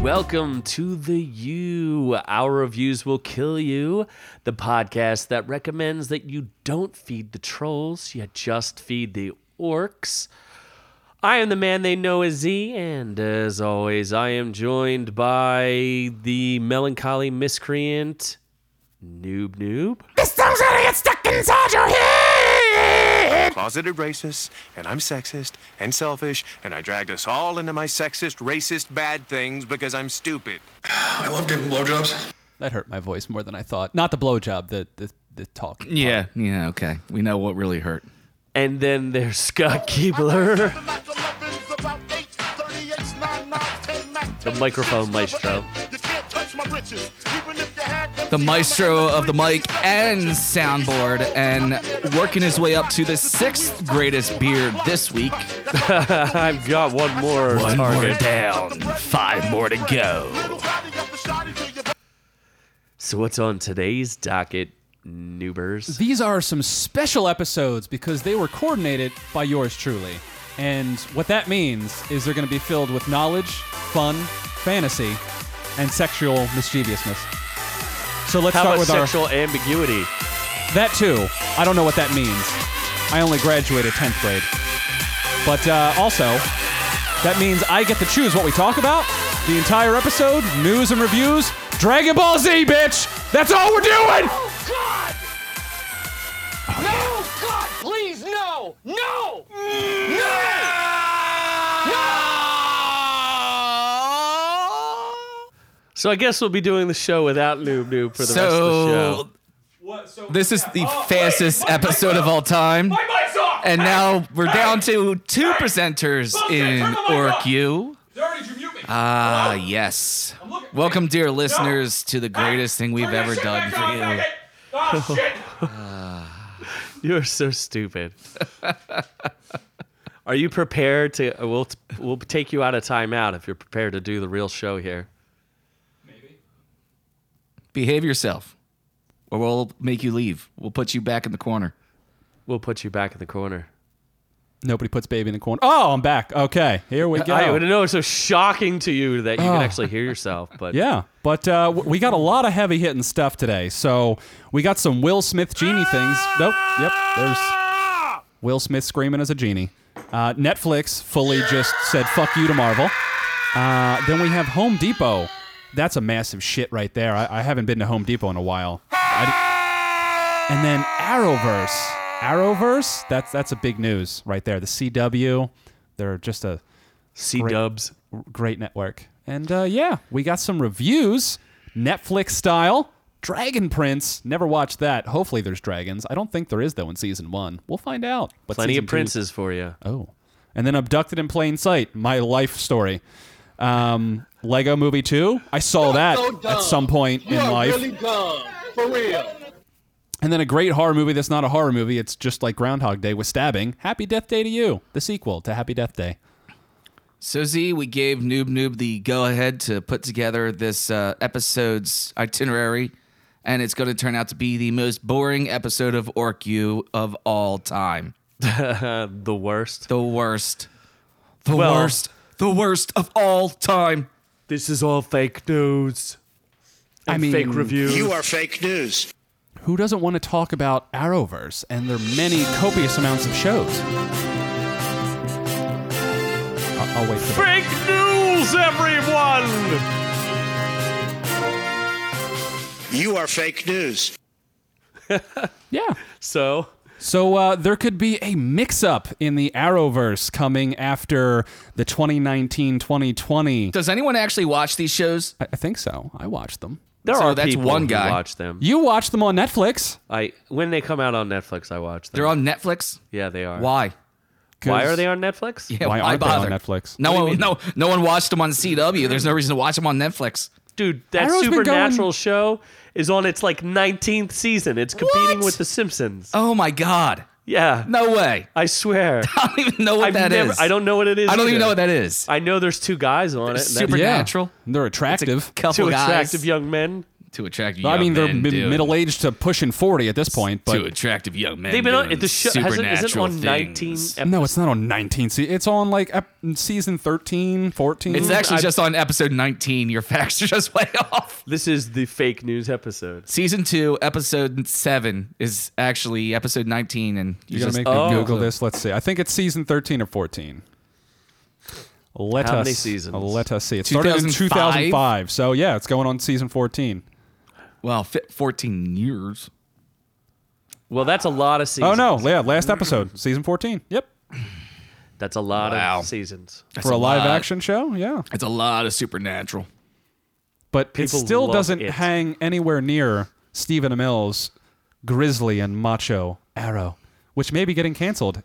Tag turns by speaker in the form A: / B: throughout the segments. A: Welcome to the U. Our reviews will kill you, the podcast that recommends that you don't feed the trolls, you just feed the orcs. I am the man they know as Z, and as always, I am joined by the melancholy miscreant, Noob Noob.
B: This thing's gonna get stuck inside your head!
C: closeted racist, and I'm sexist and selfish, and I dragged us all into my sexist, racist, bad things because I'm stupid.
D: I love giving blowjobs.
E: That hurt my voice more than I thought. Not the blowjob, the the the talk.
F: Yeah, yeah, okay. We know what really hurt.
A: And then there's Scott Keebler.
B: The
A: microphone maestro.
F: The maestro of the mic and soundboard, and working his way up to the sixth greatest beard this week.
A: I've got one more target.
F: down, five more to go.
A: So, what's on today's docket, Noobers?
E: These are some special episodes because they were coordinated by yours truly. And what that means is they're going to be filled with knowledge, fun, fantasy, and sexual mischievousness. So let's
A: How
E: start
A: about
E: with
A: sexual ambiguity?
E: our that too. I don't know what that means. I only graduated 10th grade. But uh, also, that means I get to choose what we talk about. The entire episode, news and reviews, Dragon Ball Z, bitch. That's all we're doing.
B: God! No! God, please, no! No!
A: So, I guess we'll be doing the show without Noob Noob for the rest of the show.
F: So, this is the
D: oh,
F: fastest episode of all time.
D: Lights off!
F: And now we're down to two presenters in OrcU.
D: Dirty, did you mute me?
F: Ah, yes. Welcome, dear listeners, to the greatest thing we've ever done for you.
D: Oh, shit!
A: You're so stupid. Are you prepared to? uh, We'll we'll take you out of timeout if you're prepared to do the real show here.
F: Behave yourself, or we'll make you leave. We'll put you back in the corner.
A: We'll put you back in the corner.
E: Nobody puts baby in the corner. Oh, I'm back. Okay, here we go.
A: I know it's so shocking to you that you can actually hear yourself, but
E: yeah, but uh, w- we got a lot of heavy hitting stuff today. So we got some Will Smith genie things. Nope. Yep. There's Will Smith screaming as a genie. Uh, Netflix fully just said "fuck you" to Marvel. Uh, then we have Home Depot. That's a massive shit right there. I, I haven't been to Home Depot in a while. I d- and then Arrowverse. Arrowverse. That's that's a big news right there. The CW. They're just a
A: C Dubs.
E: great network. And uh, yeah, we got some reviews, Netflix style. Dragon Prince, never watched that. Hopefully, there's dragons. I don't think there is though in season one. We'll find out. But
A: Plenty
E: season
A: of
E: two-
A: princes for you.
E: oh, and then abducted in plain sight. My life story. Um, Lego Movie Two. I saw that at some point in life.
B: For real.
E: And then a great horror movie that's not a horror movie. It's just like Groundhog Day with stabbing. Happy Death Day to you, the sequel to Happy Death Day.
F: So Z, we gave Noob Noob the go ahead to put together this uh, episode's itinerary, and it's going to turn out to be the most boring episode of OrcU of all time.
A: Uh, The worst.
F: The worst. The
A: Well-
F: worst. The worst of all time.
A: This is all fake news.
E: I mean,
A: fake reviews.
E: who doesn't want to talk about Arrowverse and their many copious amounts of shows? I'll, I'll wait for that.
A: Fake news, everyone!
G: You are fake news.
E: Yeah.
A: So,
E: So uh, there could be a mix-up in the Arrowverse coming after the 2019-2020.
F: Does anyone actually watch these shows?
E: I, I think so. I watched them.
A: there
F: So
A: are
F: that's
A: people
F: one
A: who
F: guy.
A: watch them.
E: You watched them on Netflix.
A: I when they come out on Netflix, I watch them.
F: They're on Netflix.
A: yeah, they are.
F: Why?
E: 'cause-
A: Why are they on Netflix?
F: Yeah,
E: Why
F: why
E: aren't they on
F: bother?
E: Netflix?
F: No one, no, no one watched them on CW. There's no reason to watch them on Netflix.
A: Dude, that
E: Arrow's been
A: supernatural
E: going-
A: show is on its like 19th season. It's competing
F: What?
A: with The Simpsons.
F: Oh my god!
A: yeah.
F: No way!
A: I swear.
F: I don't even know what
A: I've
F: that
A: never-
F: is.
A: I don't know what it is.
F: I don't even
A: either.
F: know what that is.
A: I know there's two guys on it. and that's
F: Super-
E: Yeah.
F: Natural.
E: They're
F: It's a
E: attractive.
F: couple
A: two
F: guys.
A: attractive young men.
F: to attractive
E: I
F: young
E: mean, they're
F: men, dude.
E: middle aged to pushing forty at this point,
F: to
E: but
F: attractive young men.
A: They've been on
F: doing
A: the show. Hasn't, is it
F: supernatural
A: on nineteen?
F: things.
A: ep-
E: no, it's not on nineteen. Se- it's on like ep- season 13, 14.
F: It's actually
A: I-
F: just on episode 19. Your facts are just way off.
A: This is the fake news episode.
F: Season 2, episode 7 is actually episode 19 and
E: You're gonna
F: just-
E: make me
A: Oh.
E: Google this. Let's see. I think it's season thirteen or fourteen. Let
A: How
E: us
A: many seasons?
E: let us see. It started in
F: 2005?
E: 2005, so yeah, it's going on season 14.
F: well, fit 14 years.
A: Well, that's a lot of
E: Oh
A: seasons.
E: no, yeah, last episode, season 14. Yep,
A: that's a lot
F: Wow.
A: of seasons.
E: for a,
F: a
E: live
F: lot.
E: action show, yeah,
F: It's a lot of supernatural.
E: but it
A: People
E: still
A: love
E: doesn't
A: it.
E: hang anywhere near Stephen Amell's Grizzly and Macho Arrow, which may be getting canceled,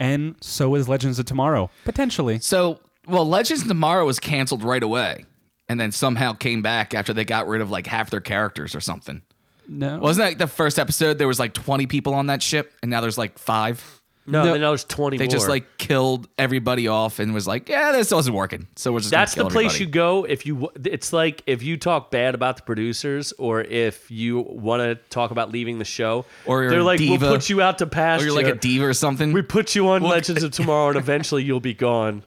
E: and so is Legends of Tomorrow potentially.
F: So, well, Legends of Tomorrow was canceled right away and then somehow came back after they got rid of like half their characters or something.
E: No,
F: Wasn't that like, the first episode there was like 20 people on that ship and now there's like 5?
A: No,
E: No.
A: no, there's twenty.
F: They just
A: more.
F: like killed everybody off and was like, "Yeah, this wasn't working." So we're just gonna
A: that's the
F: kill
A: place
F: everybody."
A: you go if you. It's like if you talk bad about the producers, or if you want to talk about leaving the show,
F: Or you're
A: they're
F: a
A: like,
F: diva.
A: we'll put you out to
F: or
A: pasture.
F: Oh, you're like a diva or something.
A: We put you on
F: Well,
A: Legends of Tomorrow, and eventually you'll be gone.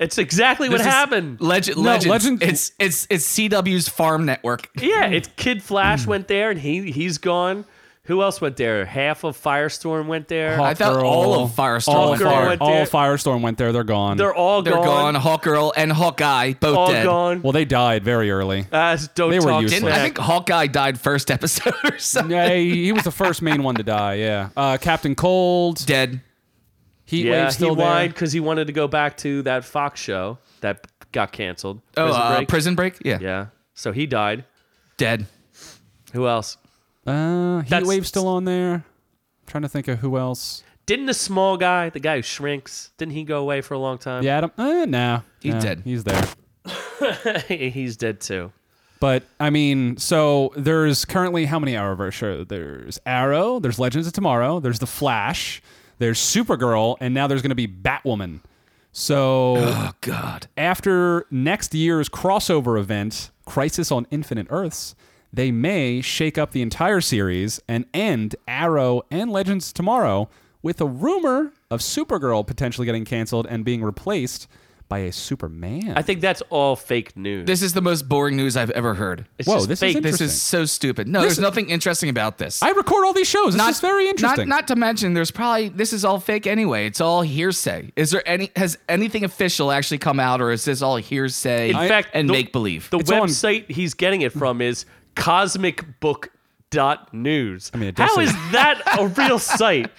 A: It's exactly what
F: This is
A: happened.
F: Legend,
E: No,
F: legend,
E: Legend-
F: It's it's it's CW's farm network.
A: Yeah, it's Kid Flash
F: Hmm.
A: went there, and he he's gone. Who else went there? Half of Firestorm went there.
E: Hawk
F: I thought
E: Girl-
F: all of Firestorm
E: all,
F: went
E: Fire-
A: there. went
E: all
A: there.
E: Firestorm went there. They're gone.
A: They're all
F: They're gone. Hawkgirl and Hawkeye both
A: All
F: dead.
A: gone.
E: well, they died very early.
A: Uh, don't
E: They were
A: talk
E: useless.
F: Didn't, I
A: smack.
F: think Hawkeye died first episode or something.
E: Yeah, he, he was the first main one to die. Yeah, uh, Captain Cold,
F: Dead.
E: Heat
A: yeah,
E: Wave
A: he
E: still
A: whined
E: there.
A: because he wanted to go back to that Fox show that got canceled.
F: Oh,
A: Prison
F: uh,
A: Break.
F: prison break. Yeah.
A: Yeah, so he died.
F: dead.
A: Who else?
E: Uh, Heat
A: That's-
E: Wave still on there. trying to think of who else.
A: Didn't the small guy, the guy who shrinks, didn't he go away for a long time?
E: The Adam? Uh, nah,
F: He's
E: Nah,
F: dead.
E: He's there.
A: he's dead too.
E: But I mean, so there's currently how many Arrowverse show? There's Arrow. There's Legends of Tomorrow. There's The Flash. There's Supergirl, and now there's going to be Batwoman. So
F: Oh God.
E: after next year's crossover event, Crisis on Infinite Earths, they may shake up the entire series and end Arrow and Legends tomorrow with a rumor of Supergirl potentially getting canceled and being replaced by a Superman.
A: I think that's all fake news.
F: This is the most boring news I've ever heard.
A: it's
E: Whoa,
A: just
E: this is
A: fake.
E: interesting.
F: This is so stupid. No, there's nothing interesting about this.
E: I record all these shows. This is very interesting.
F: Not, not to mention, there's probably this is all fake anyway. It's all hearsay. Is there any has anything official actually come out, or is this all hearsay?
A: In fact,
F: and
A: the-
F: make believe.
A: The
E: It's on-
A: website he's getting it from is cosmicbook.news. I
E: mean, it does
A: how
E: say-
A: is that a real site?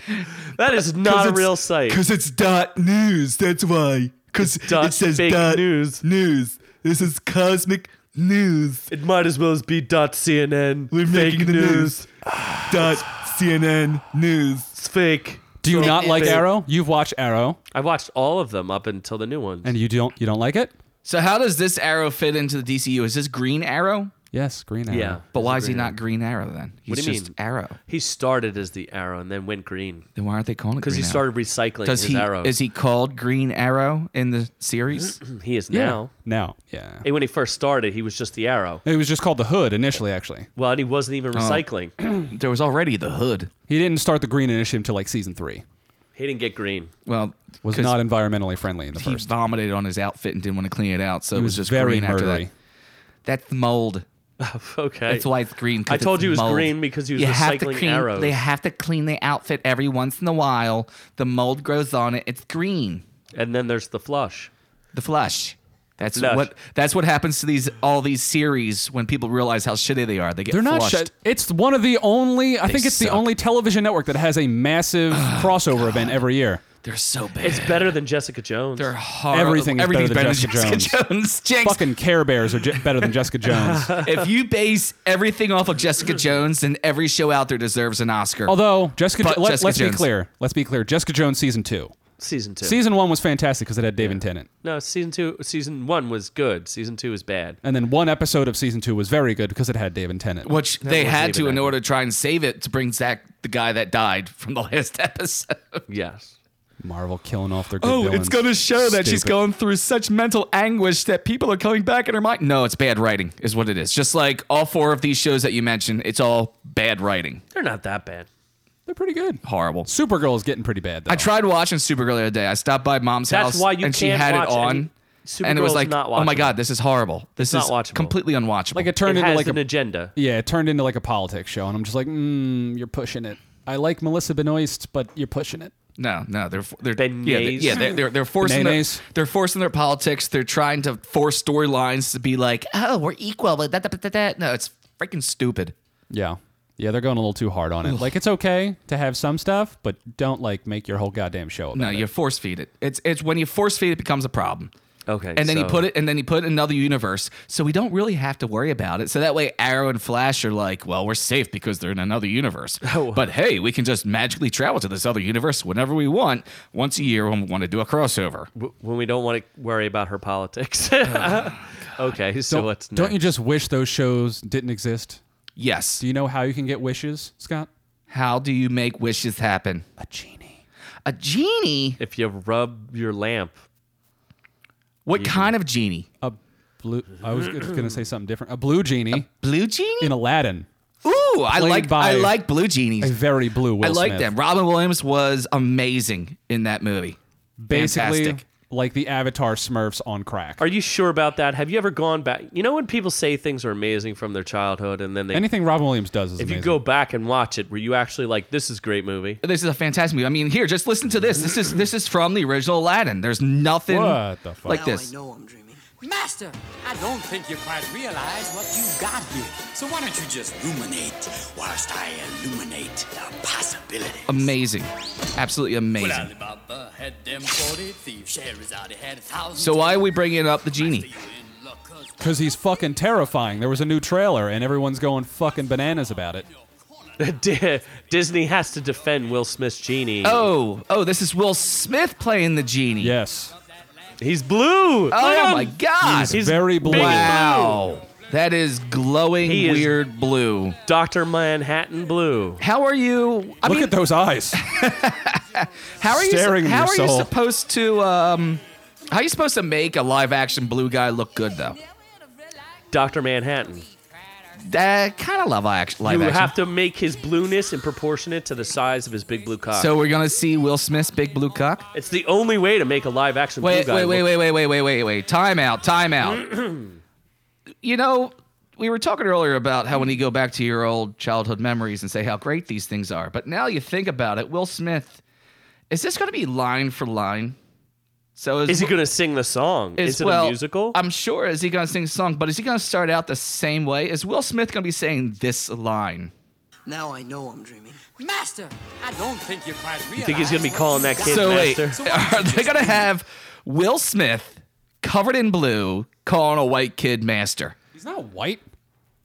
A: That is not a
F: it's-
A: real site.
F: it's dot news. That's why. Because
A: dot fake news.
F: news. This is cosmic news.
A: It might as well as be dot CNN. fake news.
F: dot CNN news.
A: It's fake.
E: Do you not like
A: Fake.
E: Arrow? You've watched Arrow,
A: I watched all of them up until the new ones.
E: and you don't you don't like it?
F: So how does this arrow fit into the DCU? Is this Green Arrow?
E: Yes, Green Arrow.
A: yeah.
F: But why is he not Green Arrow then? He's
A: What do you
F: just
A: mean?
F: Arrow.
A: He started as the arrow and then went green
F: Then why aren't they calling it?
A: because he
F: Green Arrow?
A: started recycling
F: Does
A: his
F: he
A: arrows.
F: is he called Green Arrow in the series?
A: he is
E: Yeah.
A: now.
E: Now. Yeah.
A: And when he first started, he was just the arrow.
E: It was just called the Hood initially. Actually,
A: Well, and he wasn't even
F: Oh.
A: recycling.
F: there was already the Hood.
E: he didn't start the Green Initiative until like season three.
A: He didn't get green.
F: Well,
E: Was
F: 'cause
E: not environmentally friendly in the
F: he
E: first.
F: vomited on his outfit and didn't want to clean it out, so it
E: It
F: was, just green after that.
E: murdery.
F: That's the mold.
A: Okay.
F: That's why it's green. 'cause
A: I told
F: it's
A: you it was
F: mold.
A: green because he was
F: you have to
A: recycling
F: clean,
A: arrows.
F: They have to clean the outfit every once in a while. The mold grows on it. It's green.
A: And then there's the flush.
F: The flush. That's
A: Flush.
F: what. That's what happens to these all these series when people realize how shitty they are. They get
E: They're not.
F: flushed.
E: Shut, it's one of the only. I think it's the
F: suck. Ah,
E: only television network that has a massive crossover event every year.
F: They're so bad.
A: It's better than Jessica Jones.
F: They're horrible.
E: Everything is
F: Everything's
E: better than Jessica
F: Jessica Jones. Jinx.
E: Fucking Care Bears are j- better than Jessica Jones.
F: if you base everything off of Jessica Jones, then every show out there deserves an Oscar.
E: Although Jessica,
F: But
E: let,
F: Jessica
E: us be
F: Jones.
E: clear. Let's be clear. Jessica Jones season two.
A: season two.
E: Season one was fantastic because it had David Tennant,
A: no, season two. Season one was good. Season two is bad.
F: Uh,
E: and then one episode of season two was very good because it had David Tennant.
F: which they
A: wasn't
F: had
A: even
F: to in
A: that
F: order to try and save it to bring Zach, the guy that died from the last episode.
A: Yes.
E: Marvel killing off their good
F: Oh,
E: villains.
F: it's going to show that she's
E: Stupid.
F: going through such mental anguish that people are coming back in her mind. No, it's bad writing, is what it is. Just like all four of these shows that you mentioned, it's all bad writing.
A: They're not that bad.
E: They're pretty good.
F: Horrible.
E: Supergirl is getting pretty bad. Though.
F: I tried watching Supergirl the other day. I stopped by mom's
A: That's
F: house
A: why you
F: and she
A: can't
F: had
A: watch
F: it on.
A: any-
F: and
A: Supergirl's
F: it was like,
A: not
F: oh my
A: watchable.
F: God, this is horrible. This
A: not
F: is
A: watchable.
F: completely unwatchable.
E: like it turned
A: it
E: into
A: has
E: like
A: an
E: a
A: agenda.
E: yeah, it turned into like a politics show, and I'm just like, mm, you're pushing it. I like Melissa Benoist, but you're pushing it.
F: No, no, they're they're yeah, they,
A: Beignets.
F: yeah they're, they're they're forcing their,
E: Beignets.
F: they're forcing their politics. They're trying to force storylines to be like, oh, we're equal, but that, that, that, that. no, it's freaking stupid.
E: Yeah, yeah, they're going a little too hard on it. Like it's okay to have some stuff, but don't like make your whole goddamn show about
F: No,
E: it.
F: you force feed it. It's it's when you force feed it becomes a problem.
A: Okay,
F: And then you
A: so-
F: put it and then you put it in another universe. So we don't really have to worry about it. So that way Arrow and Flash are like, well, we're safe because they're in another universe.
E: Oh.
F: But hey, we can just magically travel to this other universe whenever we want, once a year when we want to do a crossover.
A: W- When we don't want to worry about her politics. okay, so
E: Don't,
A: what's next?
E: don't you just wish those shows didn't exist?
F: Yes.
E: Do you know how you can get wishes, Scott?
F: How do you make wishes happen?
E: A genie.
F: A genie?
A: if you rub your lamp,
F: What kind of genie?
E: A blue. I was going to say something different. A blue genie
F: Blue genie?
E: in Aladdin.
F: Ooh, I
E: played
F: like
E: by
F: I like blue
E: A
F: genies.
E: very blue. Will
F: I like
E: Smith.
F: them. Robin Williams was amazing in that movie.
E: Basically,
F: Fantastic.
E: like the Avatar Smurfs on crack.
A: are you sure about that? Have you ever gone back? You know when people say things are amazing from their childhood, and then they,
E: Anything Robin Williams does is
A: if
E: amazing.
A: you go back and watch it, were you actually like, this is a great movie?
F: This is a fantastic movie. I mean, here, just listen to this. This is this is from the original Aladdin. There's nothing
E: What the fuck?
F: like this.
H: know I'm dreaming. Master, I don't think you quite realize what you got here. So why don't you just ruminate whilst I illuminate the possibility?
F: Amazing, absolutely amazing.
H: Alibaba had them 40 thieves. Sherazade had a thousand.
F: So why are we bringing up the genie?
E: Because he's fucking terrifying. There was a new trailer, and everyone's going fucking bananas about it.
A: Di- Disney has to defend Will Smith's genie.
F: Oh, oh, this is Will Smith playing the genie.
E: Yes.
A: he's blue.
F: Oh my God!
A: He's
E: Very
A: big and
E: blue.
F: wow, that is glowing
A: He is-
F: weird blue.
A: Doctor Manhattan blue.
F: How are you? I
E: Look
F: mean,
E: at those eyes.
F: how are you?
E: staring in
F: how
E: your
F: are you
E: soul.
F: supposed to? Um, how are you supposed to make a live action blue guy look good though?
A: Doctor Manhattan.
F: That kind of live action. Live
A: you
F: action.
A: have to make his blueness and proportionate to the size of his big blue cock.
F: so we're gonna see Will Smith's big blue cock.
A: it's the only way to make a live action
F: Wait,
A: blue guy.
F: wait, wait,
A: look-
F: wait, wait, wait, wait, wait, wait. Time out, time out. you know, we were talking earlier about how when you go back to your old childhood memories and say how great these things are, but now you think about it, Will Smith, is this going to be line for line? So
A: Is he going to sing the song? Is, it
F: well,
A: a musical?
F: I'm sure. Is he going to sing a song? But is he going to start out the same way? Is Will Smith going to be saying this line?
H: Now I know I'm dreaming. Master, I don't think you quite realize.
A: I think he's going to be calling that kid
F: so
A: master.
F: wait, are they going to have Will Smith covered in blue calling a white kid master?
E: he's not white.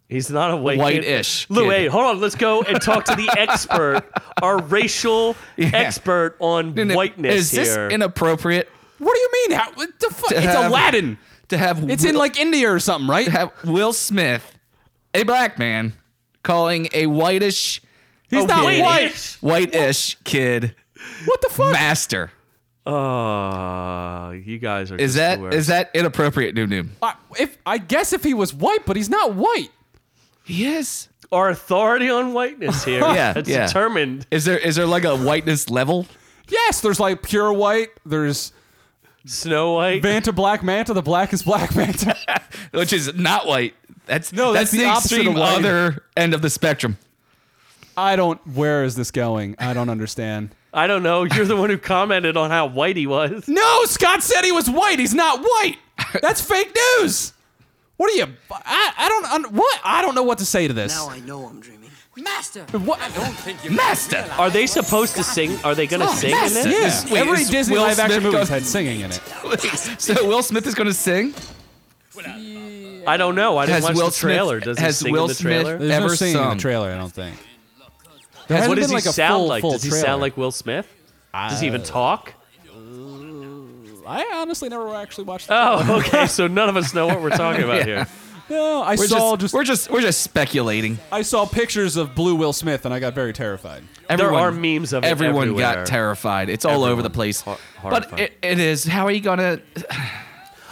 A: He's not a white
F: White-ish
A: Lou,
F: kid.
A: hey, hold on. Let's go and talk to the expert, our racial expert on
F: And it-
A: whiteness
F: Is this
A: here.
F: inappropriate
E: What do you mean? How, what the fuck? It's
F: have-
E: Aladdin.
F: to have
E: It's
F: Will,
E: in like India or something, right?
F: to have Will Smith, a black man, calling a whitish
E: He's
A: Oh,
E: not
A: wait.
E: white.
F: whitish kid
E: What the fuck?
F: master?
A: oh, you guys are.
F: Is
A: just
F: that
A: the worst.
F: is that inappropriate, Noob Noob?
E: I, if I guess if he was white, but he's not white.
F: Yes.
A: our authority on whiteness here?
F: Yeah,
A: that's
F: yeah.
A: determined.
F: Is there is there like a whiteness level?
E: Yes, there's like pure white. There's
A: Snow White.
E: Manta Black Manta. The black is Black Manta.
F: Which is not white. That's
E: No, that's
F: the,
E: the opposite
F: extreme
E: of white.
F: other end of the spectrum.
E: I don't. Where is this going? I don't understand.
A: I don't know. You're the one who commented on how white he was.
E: No, Scott said he was white. He's not white. That's fake news. What are you? I, I don't. un- What? I don't know what to say to this.
H: Now I know I'm dreaming. Master,
E: What-
H: I don't think you
F: Master!
H: quite realize
A: Are they supposed to sing? Are they going
F: Oh,
A: to sing in
F: master.
A: it?
E: Yeah,
F: Is- wait,
E: every
F: is
E: Disney
F: Will
E: live action
F: Smith
E: movie
F: goes-
E: had singing in it.
F: So Will Smith is going to sing.
A: I don't know. I didn't
F: Has
A: watch
F: Will
A: the trailer.
F: Smith
A: Does he
F: has
A: sing
F: Will
A: in the
F: Smith-
A: trailer?
E: There's
F: Ever
E: no singing in
F: sung.
E: the trailer. I don't think.
A: What
E: hasn't
A: does
E: been
A: he
E: like a
A: sound
E: full-
A: like?
E: full
A: does he
E: trailer.
A: sound like Will Smith? Does he even talk?
E: I honestly never actually watched. The
A: Uh, Oh, okay. So none of us know what we're talking about here.
E: No, I
F: We're
E: saw
F: just,
E: just,
F: we're just we're just speculating.
E: I saw pictures of blue Will Smith, and I got very terrified.
F: Everyone,
A: are memes of it
F: everyone
A: everywhere.
F: got terrified. It's all over the place.
A: Hor-
F: but
A: horrifying.
F: it, it is. How are you gonna?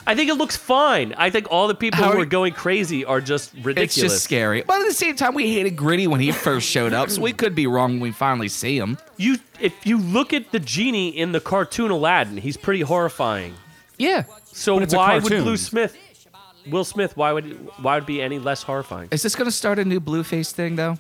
A: I think it looks fine. I think all the people
F: How
A: who
F: are
A: are
F: you-
A: going crazy are just ridiculous.
F: It's just scary. But at the same time, we hated Gritty when he first showed up, so we could be wrong when we finally see him.
A: You, if you look at the genie in the cartoon Aladdin, he's pretty horrifying.
F: Yeah.
A: So
E: But it's a
A: why would
E: cartoon.
A: Blue Smith, Will Smith, why would why would be any less horrifying?
F: Is this gonna start a new Blueface thing though?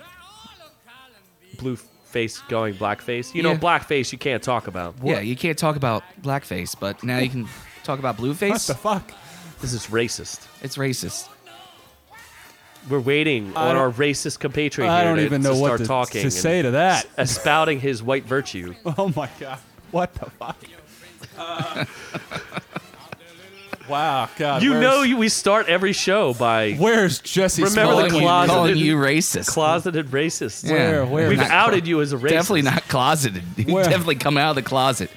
A: Blue face going blackface. You know,
F: Yeah.
A: blackface you can't talk about.
F: Yeah, you can't talk about blackface, but now you can talk about
E: What
F: Blueface.
E: the fuck?
A: This is racist.
F: it's racist.
A: We're waiting
E: I
A: on
E: don't-
A: our racist compatriot
E: I
A: here
E: don't
A: to,
E: even
A: to
E: know what
A: start
E: to-
A: talking
E: to
A: and
E: say to that.
A: s- espouting his white virtue.
E: Oh my god! What the fuck? Uh, wow, God.
A: You
E: where's-
A: know, you, we start every show by
E: Where's Jesse?
A: Remember the
E: Smollett?
A: closet. closeted-
F: calling you racist.
A: closeted racists.
F: Yeah.
E: Where? Where?
A: We've
F: Not
A: outed you as a racist.
F: Definitely not closeted. You
E: Where?
F: definitely come out of the closet.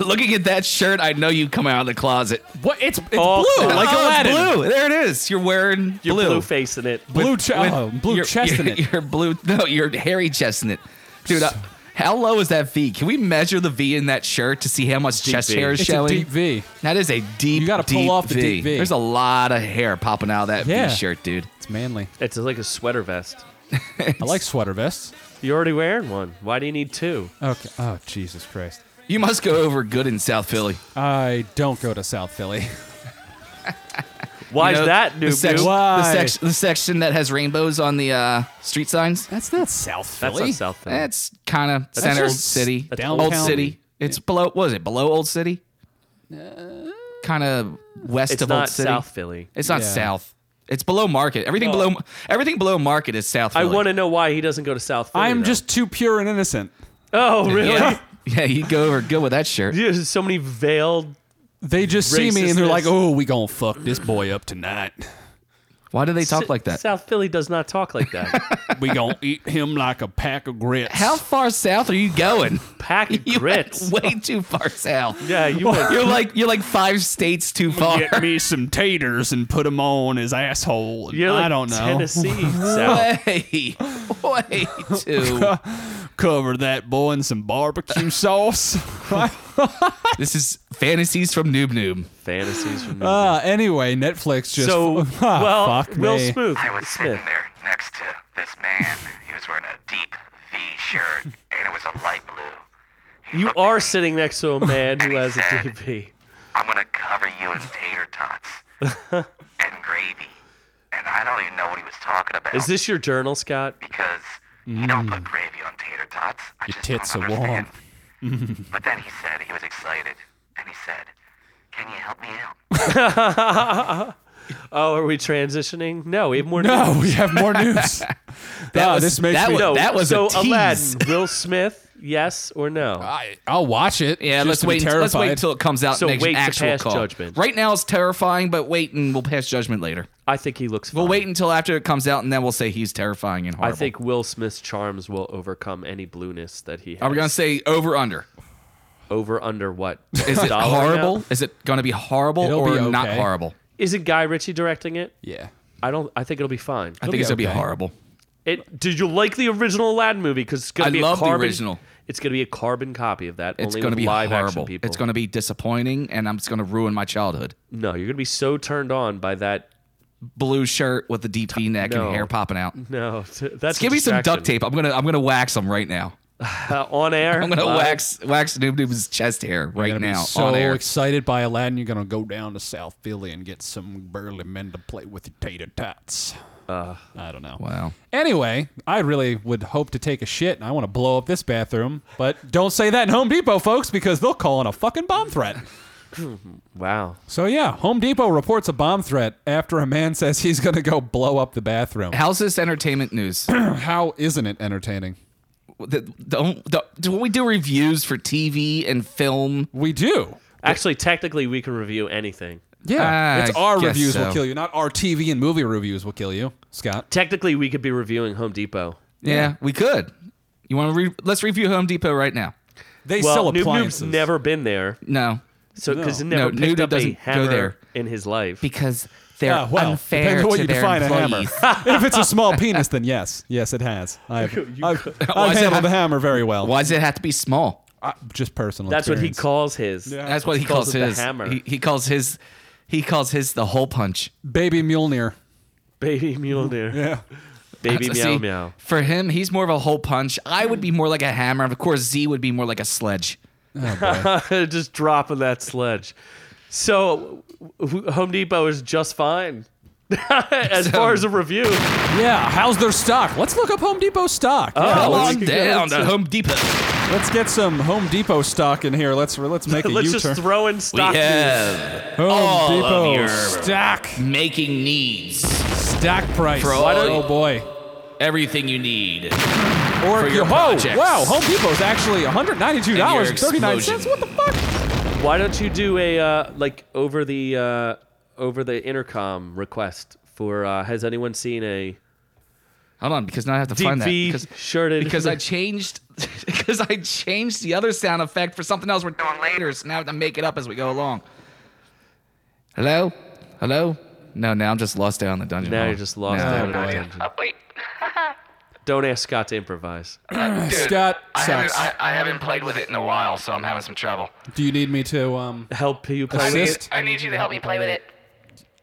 F: Looking at that shirt, I know you come out of the closet.
E: What? It's it's
A: Oh,
E: blue,
A: God.
E: like
F: oh, it's
E: Aladdin.
F: blue. There it is. You're wearing
A: You're
F: blue.
A: blue facing it.
E: Blue, ch- oh, blue
F: You're-
E: chestnut.
F: You're, you're blue. No, you're hairy chestnut, dude. uh, how low is that V? Can we measure the V in that shirt to see how much
A: deep
F: chest
A: V.
F: hair is
E: It's a
F: showing?
E: deep V.
F: That is a deep.
E: You gotta pull
F: deep
E: off the
F: v.
E: deep V.
F: There's a lot of hair popping out of that
E: Yeah.
F: V-shirt, dude.
E: It's manly.
A: It's like a sweater vest.
E: I like sweater vests.
A: You're already wearing one. Why do you need two?
E: Okay. Oh Jesus Christ!
F: You must go over good in South Philly.
E: I don't go to South Philly.
A: Why
F: You know,
A: is that,
F: the,
A: noob?
F: sec-
A: noob?
F: the,
E: Why?
F: sec- the section that has rainbows on the uh, street signs.
E: That's not South Philly.
A: That's not South Philly.
F: That's kind of center
E: just
F: old city,
E: that's
F: old
E: downtown.
F: city. It's below. What is it below old city?
E: Uh,
F: kind of west
A: it's
F: of
A: not
F: old city.
A: South Philly.
F: It's not
E: Yeah.
F: south. It's below market. Everything below everything below market is south.
A: I
F: Philly.
A: want to know why he doesn't go to South Philly.
E: I'm
A: though.
E: just too pure and innocent.
A: Oh, really?
F: Yeah, yeah. You go over good with that shirt.
A: There's so many veiled.
E: They just see me and they're
A: Racistness.
E: like, "Oh, we gonna fuck this boy up tonight.
F: Why do they talk like that?
A: South Philly does not talk like that.
E: We gonna eat him like a pack of grits."
F: How far south are you going?
A: Pack
F: You
A: grits.
F: went way too far south.
A: yeah, you went
F: You're like you're like five states too far.
E: Get me some taters and put them on his asshole. and
A: You're like
E: I don't know.
A: Tennessee South.
F: Way, way too.
E: Cover that boy in some barbecue sauce.
F: this is fantasies from Noob Noob.
A: Fantasies from
E: uh, anyway, Netflix just
A: So,
E: Ah,
A: well,
E: fuck
A: Will
E: me.
A: Smith.
I: I was
A: Smith.
I: sitting there next to this man. He was wearing a deep V shirt, and it was a light blue. He
A: You
I: looked at
A: are
I: me,
A: sitting next to a man who has a DP.
I: I'm gonna cover you in tater tots and gravy. And I don't even know what he was talking about.
A: Is this your journal, Scott?
I: because you don't put gravy on tater tots? I
E: Mm. Your
I: just
E: tits
I: don't
E: are warm.
I: understand. but then he said he was excited, and he said, "Can you help me out?"
A: Oh, are we transitioning? No, we have more.
E: No, we have more news. Ah,
F: was-
E: this makes
F: that
E: me.
F: was-
A: no.
F: that a
A: so
F: tease.
A: Aladdin, Will Smith, yes or no?
E: I, I'll watch it.
F: Yeah,
E: just
F: let's
E: to be
F: wait.
E: Terrified.
F: Let's wait until it comes out
A: So
F: and makes
A: wait
F: an
A: to
F: actual
A: pass
F: call.
A: judgment.
F: Right now it's terrifying, but wait and we'll pass judgment later.
A: I think he looks.
F: We'll
A: fine.
F: wait until after it comes out, and then we'll say he's terrifying and
A: I
F: horrible.
A: think Will Smith's charms will overcome any blueness that he has.
F: Are we gonna say over under?
A: over under what?
F: Is it
A: Dollar
F: horrible?
A: amount?
F: Is it gonna be horrible
E: It'll
F: or
E: be
F: not
E: okay.
F: horrible?
A: Is it Guy Ritchie directing it?
E: yeah.
A: I don't. I think it'll be fine.
F: I think it's gonna be
E: okay.
F: horrible.
A: It, did you like the original Aladdin movie? Because it's gonna
F: I
A: be
F: love
A: a
F: the
A: carbon,
F: original.
A: It's gonna be a carbon copy of that.
F: It's
A: only
F: gonna
A: with
F: be
A: live
F: horrible.
A: action people.
F: It's gonna be disappointing, and I'm just gonna ruin my childhood.
A: no. You're gonna be so turned on by that.
F: Blue shirt with the deep V neck
A: no.
F: and hair popping out.
A: No, t- that's
F: Give me some duct
A: distraction.
F: tape. I'm gonna I'm gonna wax him right now.
A: Uh, on air.
F: I'm gonna
A: live.
F: wax wax Noob Noob's chest hair right
E: You're gonna
F: now
E: be so
F: on air.
E: excited by Aladdin, you're gonna go down to South Philly and get some burly men to play with your tater tots.
F: Uh,
E: I don't know.
F: Wow.
E: Anyway, I really would hope to take a shit, and I want to blow up this bathroom. But don't say that in Home Depot, folks, because they'll call in a fucking bomb threat.
A: Wow.
E: So yeah, Home Depot reports a bomb threat after a man says he's gonna go blow up the bathroom.
F: How's this entertainment news?
E: How isn't it entertaining?
F: That- don't, don't, do when we do reviews for TV and film,
E: We do.
A: Actually, technically, we can review anything.
E: Yeah,
F: Ah, I
E: it's our
F: guess
E: reviews will
F: so.
E: kill you, not our TV and movie reviews will kill you, Scott.
A: Technically, we could be reviewing Home Depot.
F: yeah, we could. You want to re- let's review Home Depot right now?
E: They sell
A: Well, Noob Noob's
E: appliances.
A: never been there,
F: No,
A: so because
E: No.
A: he never
F: No,
A: picked
F: Noob
A: up a
F: doesn't go
A: hammer
F: there.
A: in his life.
F: because They're
E: Uh, well,
F: unfair
E: depends on what
F: to
E: you
F: their
E: define a hammer.
F: employees.
E: if it's a small penis, then yes, yes, it has. I've, I've, I've
F: is it
E: handled
F: ha-
E: the hammer very well.
F: Why does it have to be small?
E: I- just personal.
A: That's what he
E: experience.
A: calls his.
F: That's what he
A: Calls
F: calls
A: it Uh, the
F: his.
A: hammer.
F: He, he calls his. He calls his the hole punch.
E: baby Mjolnir.
A: Baby Mjolnir.
E: Yeah,
A: Baby
F: That's-
A: meow
F: see,
A: meow.
F: For him, he's more of a hole punch. I would be more like a hammer. Of course, Z would be more like a sledge.
A: just dropping that sledge. So w- Home Depot is just fine as far as a review.
E: yeah. How's their stock? Let's look up Home Depot stock. Yeah,
A: Oh,
F: Come
A: let's
F: on
A: go
F: down
A: to-
F: to Home Depot.
E: Let's get some Home Depot stock in here. Let's let's make a
A: Let's
E: U-turn.
A: just throw in
F: We
A: stock.
F: have
E: Home
F: all of
E: Depot
F: your-
E: stock
F: making needs.
E: stock price.
F: For all- Why don't
E: oh
F: you-
E: boy.
F: Everything you need.
E: Or
F: for
E: if
F: your
E: you- whoa,
F: projects.
E: wow, Home Depot's actually one hundred ninety-two dollars and thirty-nine
F: explosion.
E: cents. What the fuck?
A: Why don't you do a uh, like over the uh, over the intercom request for uh, has anyone seen a
F: Hold on, because now I have to
A: deep
F: find that.
A: V
F: Because,
A: shirted
F: because I changed because I changed the other sound effect for something else we're doing later, so now I have to make it up as we go along. Hello? Hello? No, now I'm just lost down in the dungeon.
A: now
F: hall.
A: you're just lost.
F: No.
A: down in the dungeon.
I: Uh, wait,
A: Don't ask Scott to improvise.
I: dude,
E: Scott
I: I haven't,
E: sucks.
I: I, I haven't played with it in a while, so I'm having some trouble.
E: Do you need me to um
A: Help you play with
E: assist?
I: I need you to help me play with it.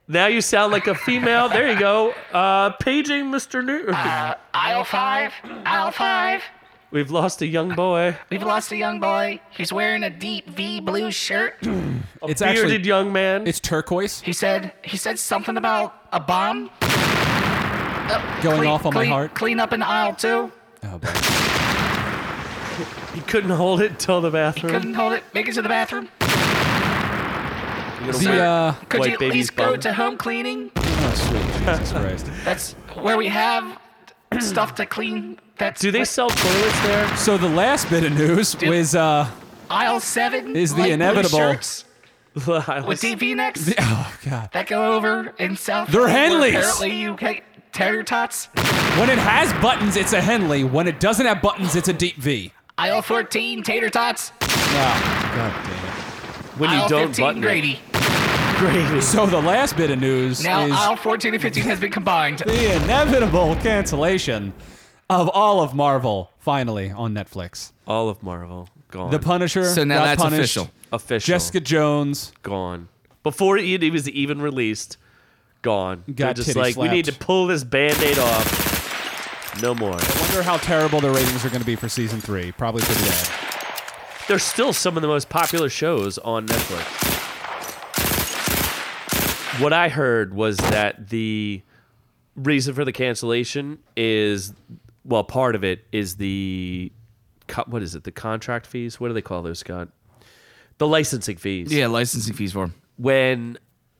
A: Now you sound like a female. There you go. Uh, paging Mr. Newton.
F: Ah.
I: Aisle five, aisle five.
A: We've lost a young boy,
I: We've lost a young boy. He's wearing a deep V blue shirt.
A: bearded
E: It's actually
A: young man.
E: it's turquoise
I: He said he said something about a bomb.
E: going
I: Clean-
E: off on my
I: clean-
E: heart.
I: Clean up an aisle too.
E: Oh boy.
A: he couldn't hold it till the bathroom.
I: Couldn't hold it. Make it to the bathroom.
A: You're gonna
E: The
A: wear
E: uh
I: Could
A: White
I: you at
A: baby's
I: least go
A: bum.
I: to home cleaning?
E: oh sweet Jesus Christ.
I: That's where we have stuff to clean. That's
A: Do they
I: what-
A: sell toilets there?
E: So the last bit of news was uh
I: aisle seven?
E: Is the
I: light blue
E: inevitable-
I: shirts
A: I
I: with
A: was-
I: DV necks
E: oh god.
I: that go over in South?
E: They're
I: where
E: Henleys.
I: Apparently, you can tear your tots.
E: When it has buttons, it's a Henley. When it doesn't have buttons, it's a deep V.
I: Aisle fourteen tater tots.
E: Oh, god damn it.
A: when you
I: aisle
A: don't
I: fifteen
A: button
I: gravy.
A: it. Gravy.
E: So the last bit of news
I: Now
E: is
I: aisle fourteen and fifteen has been combined.
E: the inevitable cancellation of all of Marvel finally on Netflix.
A: All of Marvel gone.
E: The Punisher.
F: So now
E: got
F: that's
E: punished.
F: official.
A: Official
E: Jessica Jones.
A: gone. Before it was even released, gone. They're just
E: titty
A: like we need to
E: slapped.
A: pull this band-aid off. No more.
E: Wonder how terrible the ratings are going to be for season three. Probably pretty bad.
A: There's still some of the most popular shows on Netflix. What I heard was that the reason for the cancellation is, well, part of it is the, co- what is it, the contract fees? What do they call those, Scott? The licensing fees.
F: Yeah, licensing fees for him.
A: When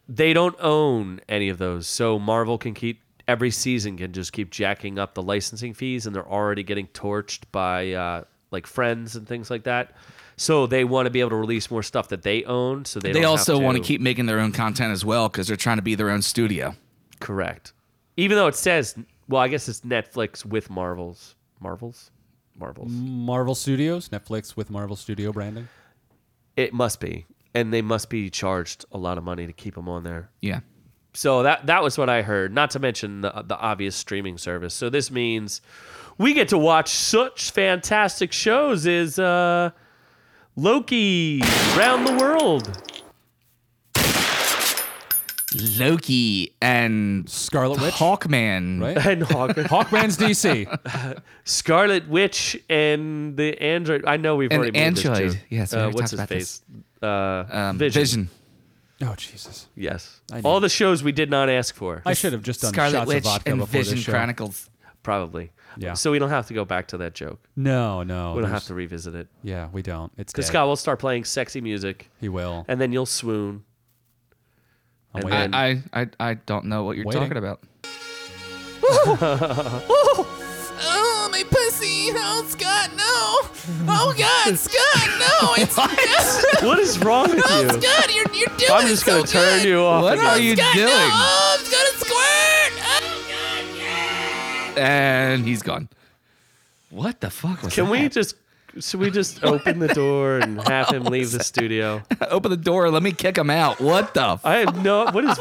A: they don't own any of those. So Marvel can keep, every season can just keep jacking up the licensing fees and they're already getting torched by uh, like friends and things like that. So they want to be able to release more stuff that they own. So they,
F: They
A: don't
F: also
A: have
F: want to keep making their own content as well because they're trying to be their own studio.
A: Correct. Even though it says, well, I guess it's Netflix with Marvels. Marvels? Marvels.
F: Mm.
E: Marvel Studios, Netflix with Marvel Studio branding.
A: It must be. And they must be charged a lot of money to keep them on there.
F: Yeah.
A: So that that was what I heard. Not to mention the the obvious streaming service. So this means we get to watch such fantastic shows as uh, Loki, Round the World,
F: Loki and
E: Scarlet Witch,
F: Hawkman.
E: right?
A: and Hawkman,
E: Hawkman's DC.
A: Scarlet Witch, and the Android. I know we've
F: And
A: already made this
F: Android.
A: joke.
F: Yes, we
A: uh,
F: already
A: what's
F: talked
A: his
F: about
A: face?
F: this.
A: Uh,
F: Um,
A: Vision.
F: Vision.
E: Oh Jesus!
A: Yes.
E: I
A: All
E: knew.
A: the shows we did not ask for.
E: I should have just done
F: Scarlet
E: shots
F: Witch
E: of vodka
F: and
E: before this
F: Vision
E: show.
F: Chronicles.
A: Probably.
E: Yeah.
A: So we don't have to go back to that joke.
E: No, no.
A: We don't
E: there's-
A: have to revisit it.
E: Yeah, we don't. It's dead.
A: Because Scott will start playing sexy music,
E: He will.
A: and then you'll swoon.
F: Oh
A: and
E: I'm waiting.
A: then-
F: I, I, I don't know what you're
E: Waiting.
F: talking about.
B: Oh, my pussy. Oh, Scott, no. Oh, God, Scott, no. It's no.
A: What is wrong with
B: Oh,
A: you?
B: Scott, you're, you're doing
A: I'm just gonna
B: so
A: turn
B: good.
A: you off.
F: What
A: again.
F: are you
B: Scott,
F: doing?
B: No. Oh, I'm going to squirt. Oh, God, yeah.
F: And he's gone. What the fuck was
A: Can we
F: that?
A: just Should we just open the door and have him leave the studio?
F: Open the door. Let me kick him out. What the? F-
A: I have no. What is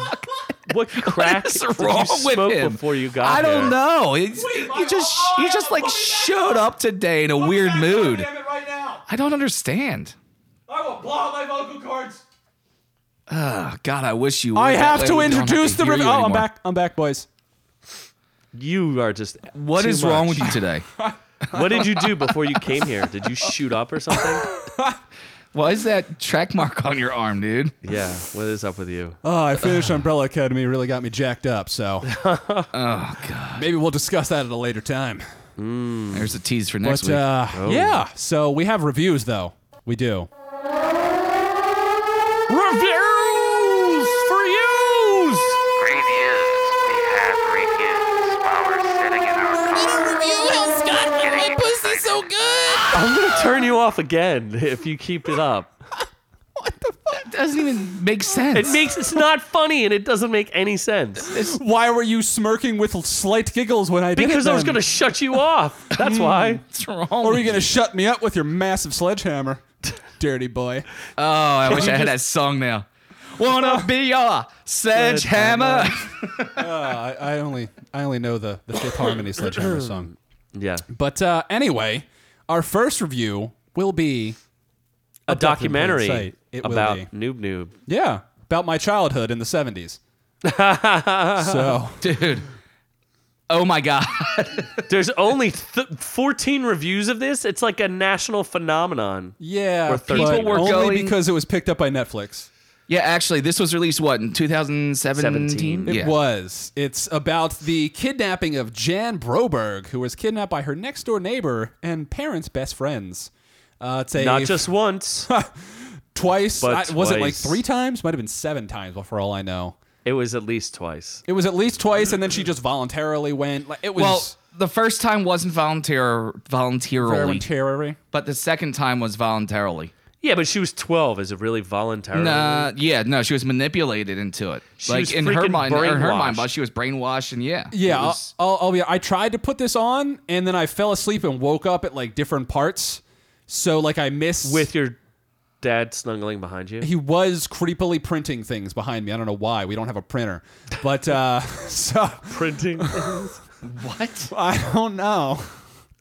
A: what crack
F: is
A: did
F: wrong
A: you smoke
F: with him?
A: before you got
F: I don't
A: here?
F: know. It's, you just
D: oh,
F: you just like showed up today in a weird mood.
D: Damn it right now.
F: I don't understand.
D: I will blow out my vocal cords.
F: Oh, God, I wish you. Would.
E: I
F: That
E: have
F: way
E: to
F: we don't have
E: introduce the
F: hear
E: review.
F: you
E: Oh, I'm
F: anymore.
E: back. I'm back, boys.
A: You are just.
F: What
A: too
F: is wrong
A: much.
F: with you today?
A: What did you do before you came here? Did you shoot up or something?
F: Why is that track mark on your arm, dude?
A: Yeah. What is up with you?
E: Oh, I finished Umbrella Academy. Really got me jacked up. So, oh god. Maybe we'll discuss that at a later time.
F: There's a tease for next
E: but
F: week.
E: uh, yeah, so we have reviews though. We do. Reviews for yous.
I: Reviews. We have reviews while we're sitting in our car.
B: Review Hell's got me. My pussy's so good.
A: I'm gonna turn you off again if you keep it up.
F: It doesn't even make sense.
A: It makes it's not funny and it doesn't make any sense
E: Why were you smirking with slight giggles when I did it?
A: because I was
E: then?
A: gonna shut you off. That's why.
F: What's wrong?
E: Or were you gonna shut me up with your massive sledgehammer, dirty boy?
F: oh, I wish I had that song now. Wanna be a sledgehammer?
E: I, Uh, I only I only know the the Fifth Harmony sledgehammer song.
A: Yeah.
E: But uh, anyway, our first review will be
A: A
E: up in plain
A: documentary
E: sight. It will
A: about
E: be.
A: Noob Noob.
E: yeah about my childhood in the seventies. so
F: Dude. Oh my god.
A: There's only th- 14 reviews of this. It's like a national phenomenon.
E: yeah,
A: Or thirteen.
E: but
A: People were
E: only
F: going-
E: because it was picked up by Netflix.
F: Yeah, actually, this was released what in 2017?
A: Seventeen.
E: It
F: Yeah.
E: was. It's about the kidnapping of Jan Broberg, who was kidnapped by her next door neighbor and parents' best friends. Uh, it's a
A: Not just once.
E: twice.
A: but
E: I- was it like
A: twice.
E: three times? Might have been seven times, well, for all I know.
A: it was at least twice.
E: It was at least twice, and then she just voluntarily went. Like, it
F: Well,
E: was
F: the first time wasn't volunteer voluntarily,
E: voluntarily.
F: but the second time was voluntarily.
A: Yeah, but she was 12. Is it really voluntary?
F: Nah, yeah, no, she was manipulated into it.
A: She
F: like
A: was
F: in her
A: freaking
F: mind, or her
A: brainwashed.
F: mind, but she was brainwashed, and yeah,
E: Yeah,
F: it was-
E: I'll, I'll, I'll be. I tried to put this on, and then I fell asleep and woke up at like different parts. So like I missed
A: With your dad snuggling behind you?
E: he was creepily printing things behind me. I don't know why. We don't have a printer, but uh, so
A: Printing. I
F: what?
E: I don't know.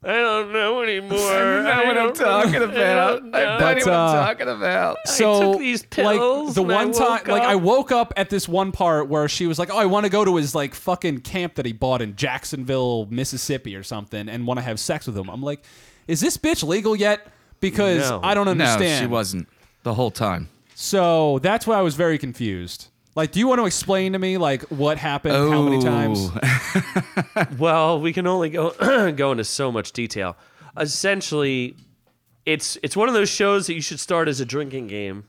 A: don't know anymore.
F: I know what I'm talking about. I have no
E: But,
F: idea what I'm
E: uh,
F: talking about.
E: So
A: took these pills
E: like the
A: and I
E: one time,
A: woke
E: like I
A: up.
E: woke up at this one part where she was like, "Oh, I want to go to his like fucking camp that he bought in Jacksonville, Mississippi, or something, and want to have sex with him." I'm like, "Is this bitch legal yet?" Because
A: No.
E: I don't
F: No,
E: understand.
F: she wasn't the whole time.
E: So that's why I was very confused. Like, do you want to explain to me like what happened, how many times?
F: Oh.
A: Well, we can only go go into so much detail. Essentially, it's it's one of those shows that you should start as a drinking game.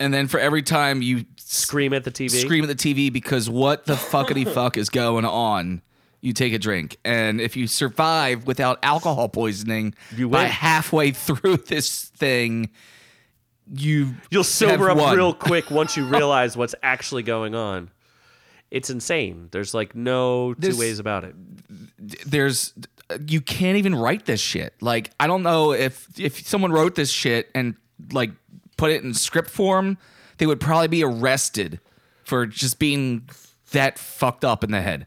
F: And then for every time you
A: Scream at the TV.
F: scream at the TV because what the fuckity fuck is going on? You take a drink, and if you survive without alcohol poisoning,
A: You
F: by
A: win.
F: halfway through this thing, you
A: You'll sober up
F: have won.
A: real quick once you realize what's actually going on. It's insane. There's like no two
F: This-
A: ways about it.
F: there's you can't even write this shit. Like I don't know if if someone wrote this shit and like put it in script form, they would probably be arrested for just being that fucked up in the head.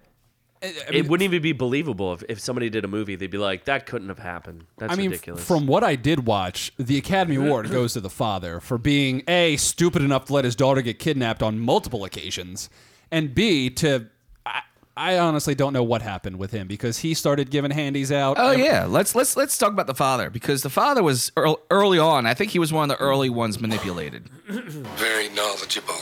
A: it wouldn't even be believable if, if somebody did a movie. They'd be like, that couldn't have happened. That's
E: I mean,
A: ridiculous.
E: from what I did watch, the Academy Award goes to the father for being a stupid enough to let his daughter get kidnapped on multiple occasions, and b to. I, I honestly don't know what happened with him because he started giving handies out.
F: Oh yeah, let's let's let's talk about the father because the father was earl- early on. I think he was one of the early ones manipulated.
H: Very knowledgeable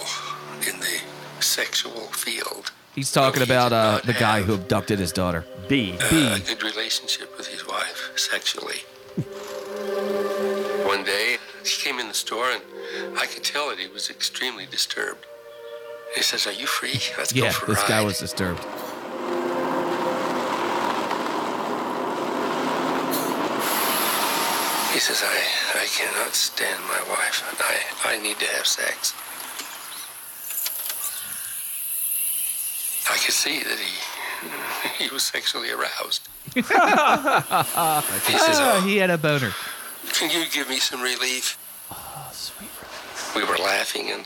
H: in the sexual field.
F: He's talking about uh, the guy who abducted his daughter.
A: B.
F: Hmm.
H: A good relationship with his wife sexually. One day, he came in the store, and I could tell that he was extremely disturbed. He says, "Are you free? Let's go
F: Yeah,
H: for a
F: this
H: ride."
F: guy was disturbed.
H: He says, I, I cannot stand my wife, and I, I need to have sex. I could see that he he was sexually aroused. he says,
F: Oh,
H: oh,
F: he had a boner.
J: Can you give me some relief?
E: Ah,
J: Oh, sweet relief. We were laughing and